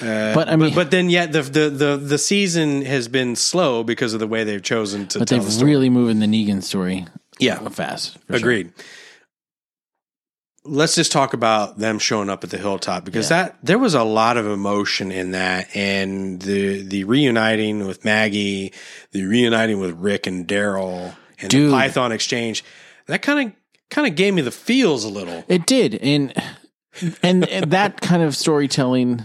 [SPEAKER 2] but I mean,
[SPEAKER 1] but, but then yet the, the the the season has been slow because of the way they've chosen to
[SPEAKER 2] but
[SPEAKER 1] tell the
[SPEAKER 2] they've
[SPEAKER 1] story.
[SPEAKER 2] really moving the Negan story
[SPEAKER 1] yeah,
[SPEAKER 2] fast. for sure.
[SPEAKER 1] agreed. Let's just talk about them showing up at the hilltop because that there was a lot of emotion in that, and the the reuniting with Maggie, the reuniting with Rick and Daryl, and
[SPEAKER 2] Dude.
[SPEAKER 1] the Python exchange. That kind of kind of gave me the feels a little.
[SPEAKER 2] It did, and and, and that kind of storytelling,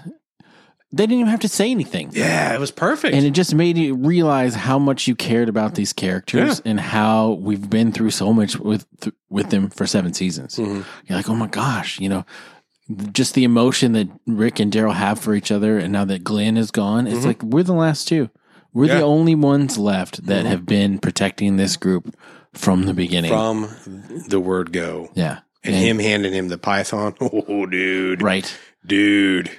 [SPEAKER 2] they didn't even have to say anything,
[SPEAKER 1] Yeah, it was perfect.
[SPEAKER 2] and it just made you realize how much you cared about these characters and how we've been through so much with with them for seven seasons.
[SPEAKER 1] Mm-hmm.
[SPEAKER 2] You're like, oh my gosh, you know. Just the emotion that Rick and Daryl have for each other, and now that Glenn is gone, it's like we're the last two.
[SPEAKER 1] Mm-hmm.
[SPEAKER 2] We're
[SPEAKER 1] Yeah. Mm-hmm.
[SPEAKER 2] the only ones left that have been protecting this group from the beginning.
[SPEAKER 1] from the word go.
[SPEAKER 2] yeah,
[SPEAKER 1] And him handing him the Python. Oh, dude.
[SPEAKER 2] right,
[SPEAKER 1] Dude.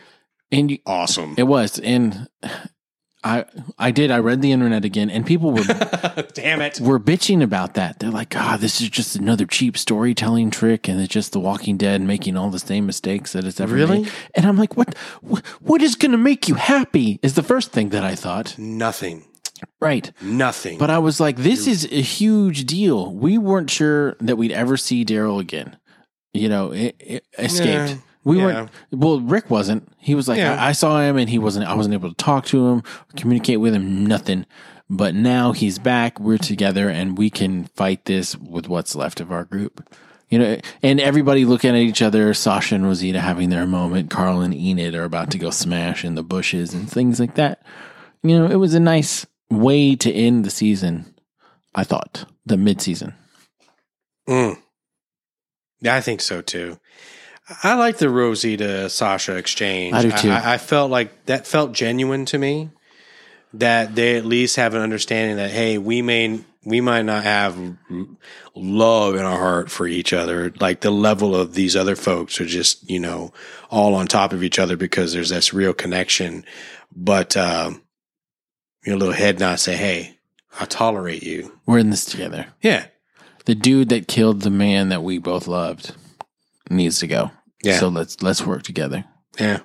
[SPEAKER 2] and you,
[SPEAKER 1] Awesome.
[SPEAKER 2] It was, and I I did. I read the internet again, and people were
[SPEAKER 1] Damn it.
[SPEAKER 2] were bitching about that. They're like, "Ah, this is just another cheap storytelling trick, and it's just The Walking Dead making all the same mistakes that it's ever
[SPEAKER 1] Really?
[SPEAKER 2] made." And I'm like, "What? What, what is going to make you happy?" Is the first thing that I thought.
[SPEAKER 1] Nothing.
[SPEAKER 2] Right.
[SPEAKER 1] Nothing.
[SPEAKER 2] But I was like, this is a huge deal. We weren't sure that we'd ever see Daryl again. You know, it, it escaped.
[SPEAKER 1] Yeah.
[SPEAKER 2] We
[SPEAKER 1] Yeah.
[SPEAKER 2] weren't. Well, Rick wasn't. He was like,
[SPEAKER 1] Yeah.
[SPEAKER 2] I, I saw him, and he wasn't. I wasn't able to talk to him, communicate with him, nothing. But now he's back. We're together, and we can fight this with what's left of our group. You know, and everybody looking at each other. Sasha and Rosita having their moment. Carl and Enid are about to go smash in the bushes and things like that you know, it was a nice way to end the season. I thought the mid-season.
[SPEAKER 1] Mm. Yeah, I think so too. I like the Rosita Sasha exchange.
[SPEAKER 2] I do, too.
[SPEAKER 1] I, I felt like that felt genuine to me. That they at least have an understanding that hey, we may we might not have love in our heart for each other. Like the level of these other folks are just you know all on top of each other because there's this real connection. But um, your little head nod say, hey, I tolerate you.
[SPEAKER 2] We're in this together.
[SPEAKER 1] Yeah,
[SPEAKER 2] The dude that killed the man that we both loved needs to go.
[SPEAKER 1] Yeah.
[SPEAKER 2] So let's let's work together.
[SPEAKER 1] Yeah.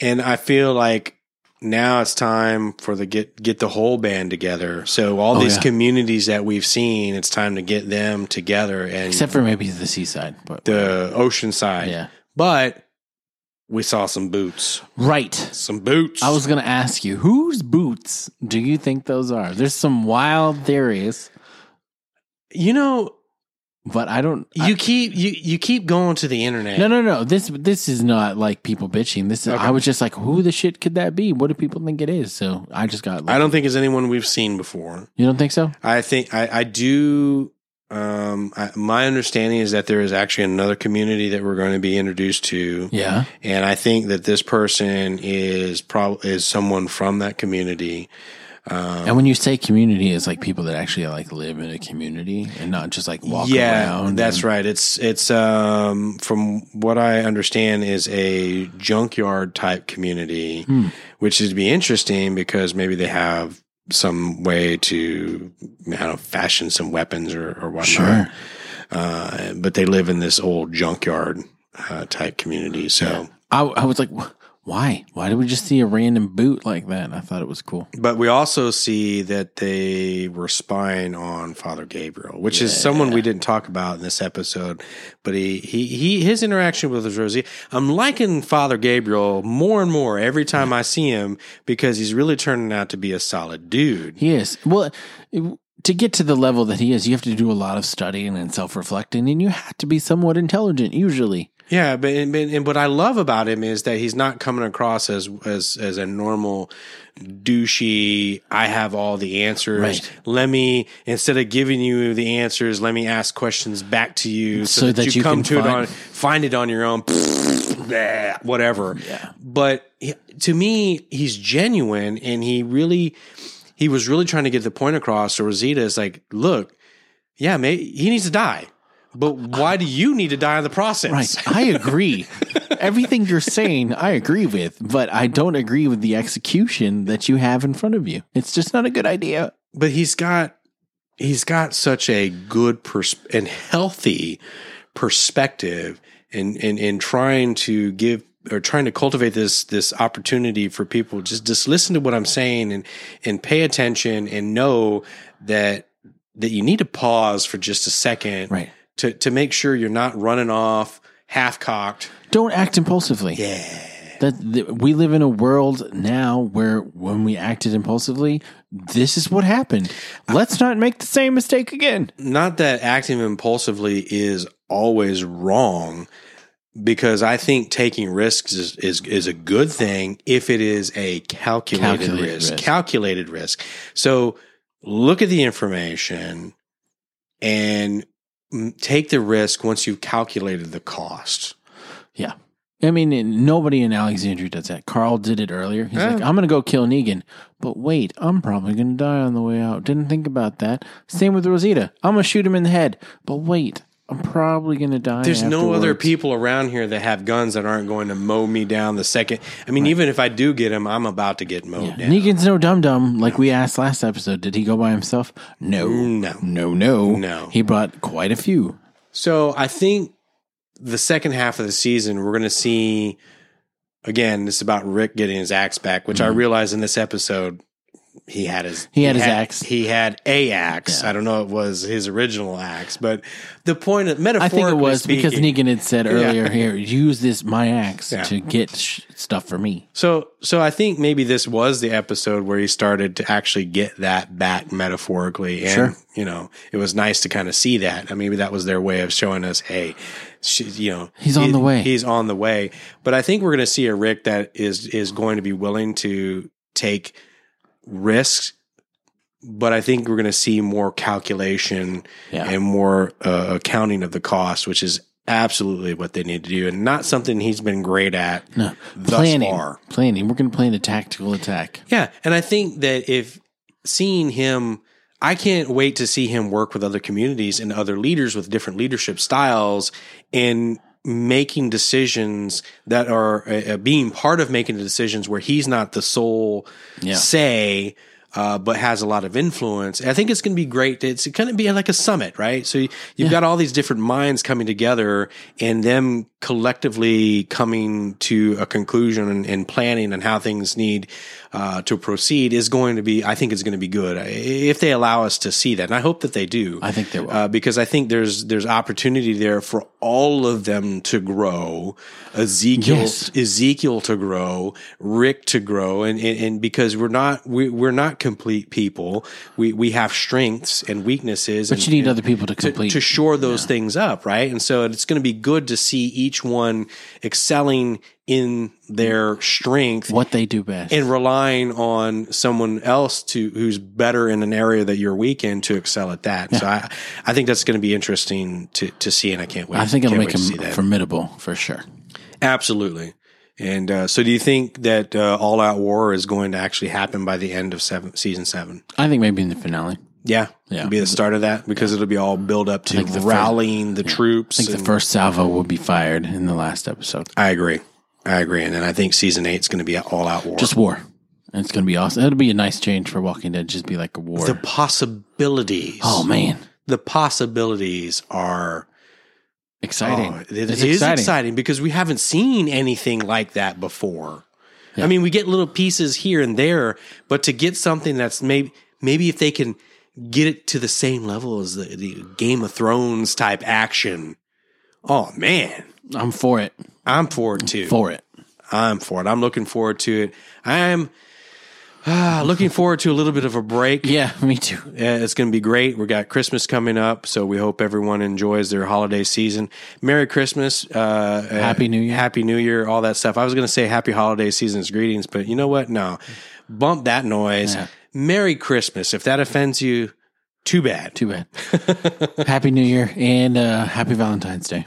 [SPEAKER 1] And I feel like now it's time for the get get the whole band together. So all
[SPEAKER 2] Oh,
[SPEAKER 1] these
[SPEAKER 2] yeah.
[SPEAKER 1] communities that we've seen, it's time to get them together and
[SPEAKER 2] Except for maybe the seaside, but
[SPEAKER 1] the ocean side.
[SPEAKER 2] yeah,
[SPEAKER 1] But we saw some boots.
[SPEAKER 2] right.
[SPEAKER 1] Some boots.
[SPEAKER 2] I was gonna ask you whose boots do you think those are? There's some wild theories,
[SPEAKER 1] you know,
[SPEAKER 2] but I don't. I-
[SPEAKER 1] you keep you, you keep going to the internet.
[SPEAKER 2] no, no, no. This this is not like people bitching. This is,
[SPEAKER 1] Okay.
[SPEAKER 2] I was just like, who the shit could that be? What do people think it is? So I just got.
[SPEAKER 1] I don't think it's anyone we've seen before.
[SPEAKER 2] you don't think so?
[SPEAKER 1] I think I, I do. Um, I, my understanding is that there is actually another community that we're going to be introduced to.
[SPEAKER 2] Yeah.
[SPEAKER 1] and I think that this person is probably is someone from that community. Uh-huh.
[SPEAKER 2] And when you say community, it's like people that actually like live in a community and not just like walk around.
[SPEAKER 1] that's right. It's it's um, from what I understand is a junkyard type community,
[SPEAKER 2] Hmm.
[SPEAKER 1] which would be interesting because maybe they have some way to I don't know, fashion some weapons or, or whatnot.
[SPEAKER 2] Sure.
[SPEAKER 1] Uh, but they live in this old junkyard uh, type community, so.
[SPEAKER 2] I, I was like, "Wh- why? Why did we just see a random boot like that? And I thought it was cool.
[SPEAKER 1] But we also see that they were spying on Father Gabriel, which is someone we didn't talk about in this episode. But he, he, he his interaction with Rosie, I'm liking Father Gabriel more and more every time I see him because he's really turning out to be a solid dude.
[SPEAKER 2] He is. Well, it- to get to the level that he is, you have to do a lot of studying and self reflecting, and you have to be somewhat intelligent usually.
[SPEAKER 1] Yeah, but and, and and what I love about him is that he's not coming across as as as a normal douchey. I have all the answers.
[SPEAKER 2] Right.
[SPEAKER 1] Let me instead of giving you the answers, let me ask questions back to you so, that, you, come
[SPEAKER 2] can
[SPEAKER 1] to it on
[SPEAKER 2] find-
[SPEAKER 1] find it on your own. Blah, whatever.
[SPEAKER 2] Yeah.
[SPEAKER 1] But he- to me, he's genuine, and he really he was really trying to get the point across. So Rosita is like, look, yeah, may, he needs to die. But why do you need to die in the process?
[SPEAKER 2] Right. I agree. Everything you're saying, I agree with, but I don't agree with the execution that you have in front of you. It's just not a good idea.
[SPEAKER 1] But he's got he's got such a good pers- and healthy perspective in, in in trying to give or trying to cultivate this this opportunity for people just just listen to what I'm saying and and pay attention and know that that you need to pause for just a second
[SPEAKER 2] Right.
[SPEAKER 1] to to make sure you're not running off half cocked.
[SPEAKER 2] Don't act impulsively.
[SPEAKER 1] Yeah.
[SPEAKER 2] That, that we live in a world now where when we acted impulsively, this is what happened. Let's not make the same mistake again.
[SPEAKER 1] not that acting impulsively is always wrong because I think taking risks is, is, is a good thing if it is a calculated,
[SPEAKER 2] Calculated
[SPEAKER 1] risk,
[SPEAKER 2] risk.
[SPEAKER 1] Calculated risk. So look at the information and mm, take the risk once you've calculated the cost.
[SPEAKER 2] Yeah. I mean, and nobody in Alexandria does that. Carl did it earlier. He's
[SPEAKER 1] Yeah.
[SPEAKER 2] like, I'm going to go kill Negan. But wait, I'm probably going to die on the way out. Didn't think about that. Same with Rosita. I'm going to shoot him in the head. But wait, I'm probably going to die.
[SPEAKER 1] There's no other
[SPEAKER 2] afterwards.
[SPEAKER 1] people around here that have guns that aren't going to mow me down the second. I mean, even if I do get him, I'm about to get mowed down.
[SPEAKER 2] Negan's no dum dum. Like we asked last episode, did he go by himself? No.
[SPEAKER 1] No.
[SPEAKER 2] No, no.
[SPEAKER 1] No.
[SPEAKER 2] He brought quite a few.
[SPEAKER 1] So I think the second half of the season, we're going to see again. This is about Rick getting his axe back, which I realized in this episode he had his
[SPEAKER 2] Mm-hmm. He had his axe.
[SPEAKER 1] He had a axe. I don't know if it was his original axe, but the point of
[SPEAKER 2] I
[SPEAKER 1] metaphorically
[SPEAKER 2] think it was
[SPEAKER 1] speaking,
[SPEAKER 2] because Negan had said earlier here, use this, my axe,
[SPEAKER 1] Yeah.
[SPEAKER 2] to get sh- stuff for me.
[SPEAKER 1] So, so I think maybe this was the episode where he started to actually get that back metaphorically, and
[SPEAKER 2] Sure.
[SPEAKER 1] you know, it was nice to kind of see that. And maybe that was their way of showing us, hey, she, you know,
[SPEAKER 2] He's on
[SPEAKER 1] he-
[SPEAKER 2] the way.
[SPEAKER 1] he's on the way. But I think we're going to see a Rick that is is going to be willing to take risks. But I think we're going to see more calculation
[SPEAKER 2] Yeah.
[SPEAKER 1] and more uh, accounting of the cost, which is absolutely what they need to do, and not something he's been great at
[SPEAKER 2] No.
[SPEAKER 1] thus
[SPEAKER 2] Planning.
[SPEAKER 1] far.
[SPEAKER 2] Planning. We're going to plan a tactical attack.
[SPEAKER 1] Yeah, and I think that if seeing him, I can't wait to see him work with other communities and other leaders with different leadership styles and making decisions that are uh, uh, being part of making the decisions where he's not the sole
[SPEAKER 2] Yeah.
[SPEAKER 1] say. Uh, but has a lot of influence. I think it's going to be great. It's going to be like a summit, right? So you, you've got all these different minds coming together and them collectively coming to a conclusion and, and planning and how things need uh, to proceed is going to be, I think it's going to be good I- if they allow us to see that. And I hope that they do.
[SPEAKER 2] I think they will.
[SPEAKER 1] Uh, because I think there's there's opportunity there for all of them to grow, Ezekiel
[SPEAKER 2] Yes.
[SPEAKER 1] Ezekiel to grow, Rick to grow, and and, and because we're not we, we're not complete people, we we have strengths and weaknesses.
[SPEAKER 2] But
[SPEAKER 1] and,
[SPEAKER 2] you
[SPEAKER 1] and
[SPEAKER 2] need other people to
[SPEAKER 1] to,
[SPEAKER 2] complete.
[SPEAKER 1] to shore those things up, right? And so it's going to be good to see each one excelling in their strength
[SPEAKER 2] what they do best.
[SPEAKER 1] and relying on someone else to who's better in an area that you're weak in to excel at that. So I, I think that's going to be interesting to, to see, and I can't wait.
[SPEAKER 2] I think it'll
[SPEAKER 1] Can't
[SPEAKER 2] make
[SPEAKER 1] wait to
[SPEAKER 2] him formidable for sure.
[SPEAKER 1] absolutely. And uh, so, do you think that uh, All Out War is going to actually happen by the end of seven, season seven?
[SPEAKER 2] I think maybe in the finale.
[SPEAKER 1] Yeah,
[SPEAKER 2] Yeah.
[SPEAKER 1] It'll be the start of that because it'll be all build up to
[SPEAKER 2] the first-
[SPEAKER 1] rallying the troops.
[SPEAKER 2] I think the
[SPEAKER 1] and-
[SPEAKER 2] first salvo will be fired in the last episode.
[SPEAKER 1] I agree. I agree, and then I think season eight is going to be an All Out War.
[SPEAKER 2] Just war. And it's going to be awesome. It'll be a nice change for Walking Dead. Just be like a war.
[SPEAKER 1] the possibilities.
[SPEAKER 2] oh, man.
[SPEAKER 1] the possibilities are
[SPEAKER 2] Exciting.
[SPEAKER 1] Oh,
[SPEAKER 2] It's
[SPEAKER 1] it is it is exciting. because we haven't seen anything like that before. I mean, we get little pieces here and there, but to get something that's maybe maybe if they can get it to the same level as the, the Game of Thrones type action, oh man,
[SPEAKER 2] I'm for it.
[SPEAKER 1] I'm for it too.
[SPEAKER 2] For it.
[SPEAKER 1] I'm for it. I'm looking forward to it. I'm ah, looking forward to a little bit of a break.
[SPEAKER 2] Yeah, me too.
[SPEAKER 1] Yeah, it's going to be great. We got Christmas coming up, so we hope everyone enjoys their holiday season. Merry Christmas, uh,
[SPEAKER 2] Happy New Year.
[SPEAKER 1] Happy New Year, all that stuff. I was going to say Happy Holiday Season's greetings, but you know what? No, bump that noise. Merry Christmas. If that offends you, too bad.
[SPEAKER 2] Too bad. happy New Year and uh, happy Valentine's Day.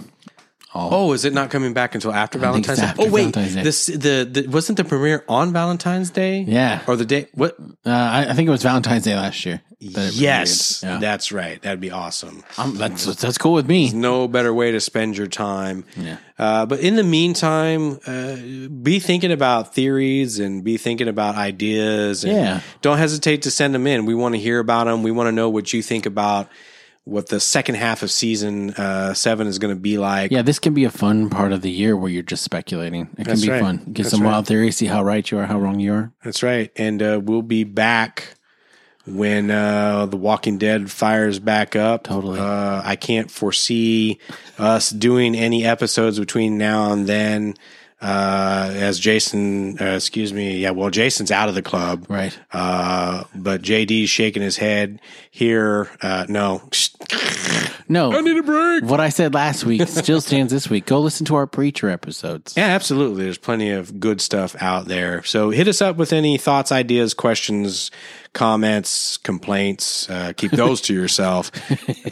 [SPEAKER 2] all.
[SPEAKER 1] Oh, is it not coming back until after
[SPEAKER 2] think
[SPEAKER 1] Valentine's
[SPEAKER 2] it's
[SPEAKER 1] Day?
[SPEAKER 2] after
[SPEAKER 1] oh, wait.
[SPEAKER 2] Valentine's Day.
[SPEAKER 1] This the, the wasn't the premiere on Valentine's Day?
[SPEAKER 2] Yeah.
[SPEAKER 1] Or the day what
[SPEAKER 2] Uh, I, I think it was Valentine's Day last year. that it
[SPEAKER 1] Yes.
[SPEAKER 2] premiered. Yeah.
[SPEAKER 1] That's right. That'd be awesome.
[SPEAKER 2] Um, that's that's cool with me.
[SPEAKER 1] No better way to spend your time.
[SPEAKER 2] Yeah.
[SPEAKER 1] Uh, but in the meantime, uh, be thinking about theories and be thinking about ideas. And
[SPEAKER 2] Yeah.
[SPEAKER 1] Don't hesitate to send them in. We want to hear about them. We want to know what you think about what the second half of season uh, seven is going to be like.
[SPEAKER 2] Yeah, this can be a fun part of the year where you're just speculating. It can
[SPEAKER 1] That's
[SPEAKER 2] be
[SPEAKER 1] right.
[SPEAKER 2] fun. Get
[SPEAKER 1] That's
[SPEAKER 2] some
[SPEAKER 1] right.
[SPEAKER 2] wild theories, see how right you are, how wrong you are.
[SPEAKER 1] That's right. And uh, we'll be back when uh, The Walking Dead fires back up.
[SPEAKER 2] Totally.
[SPEAKER 1] Uh, I can't foresee us doing any episodes between now and then. Uh, as Jason, uh, excuse me, yeah, well, Jason's out of the club.
[SPEAKER 2] Right.
[SPEAKER 1] Uh, but JD's shaking his head here. Uh, no,
[SPEAKER 2] No.
[SPEAKER 1] a break.
[SPEAKER 2] what I said last week still stands this week. Go listen to our preacher episodes.
[SPEAKER 1] Yeah, absolutely. There's plenty of good stuff out there. So hit us up with any thoughts, ideas, questions, comments, complaints. Uh, keep those to yourself.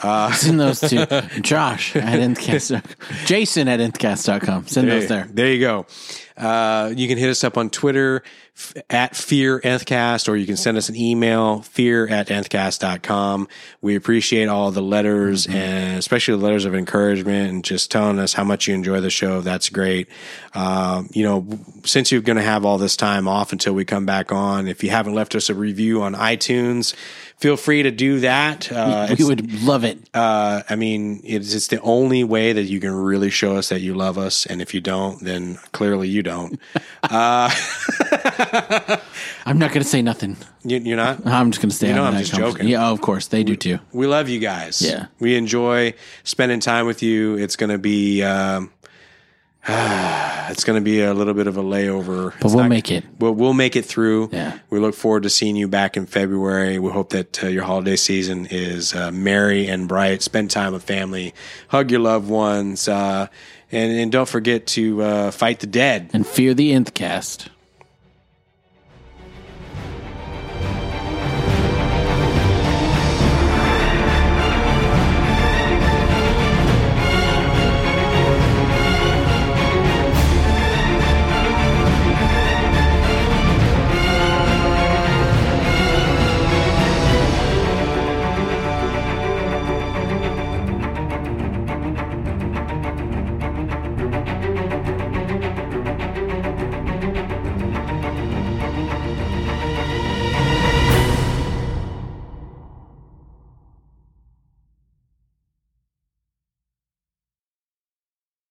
[SPEAKER 1] Uh,
[SPEAKER 2] Send those to Josh at Nthcast. Jason at Nthcast.com. Send those there.
[SPEAKER 1] There you go. Uh, you can hit us up on Twitter f- at Fear Nthcast, or you can send us an email, fear at nthcast.com. We appreciate all the letters
[SPEAKER 2] Mm-hmm.
[SPEAKER 1] and especially the letters of encouragement and just telling us how much you enjoy the show. That's great. Um, you know, w- since you're going to have all this time off until we come back on, if you haven't left us a review on iTunes, feel free to do that. Uh,
[SPEAKER 2] we would love it.
[SPEAKER 1] uh, I mean, it's, it's the only way that you can really show us that you love us. And if you don't, then clearly you don't.
[SPEAKER 2] I'm not going to say nothing.
[SPEAKER 1] You, you're not.
[SPEAKER 2] I'm just going to stay
[SPEAKER 1] You know
[SPEAKER 2] on
[SPEAKER 1] I'm
[SPEAKER 2] that
[SPEAKER 1] just
[SPEAKER 2] conversation.
[SPEAKER 1] joking.
[SPEAKER 2] Yeah, oh, of course. They do too.
[SPEAKER 1] We love you guys.
[SPEAKER 2] Yeah.
[SPEAKER 1] We enjoy spending time with you. It's going to be. Um, it's going to be a little bit of a layover. But
[SPEAKER 2] we'll make it.
[SPEAKER 1] We'll, we'll make it through.
[SPEAKER 2] Yeah.
[SPEAKER 1] We look forward to seeing you back in February. We hope that uh, your holiday season is uh, merry and bright. Spend time with family, hug your loved ones, uh, and, and don't forget to uh, fight the dead.
[SPEAKER 2] And fear the Nthcast.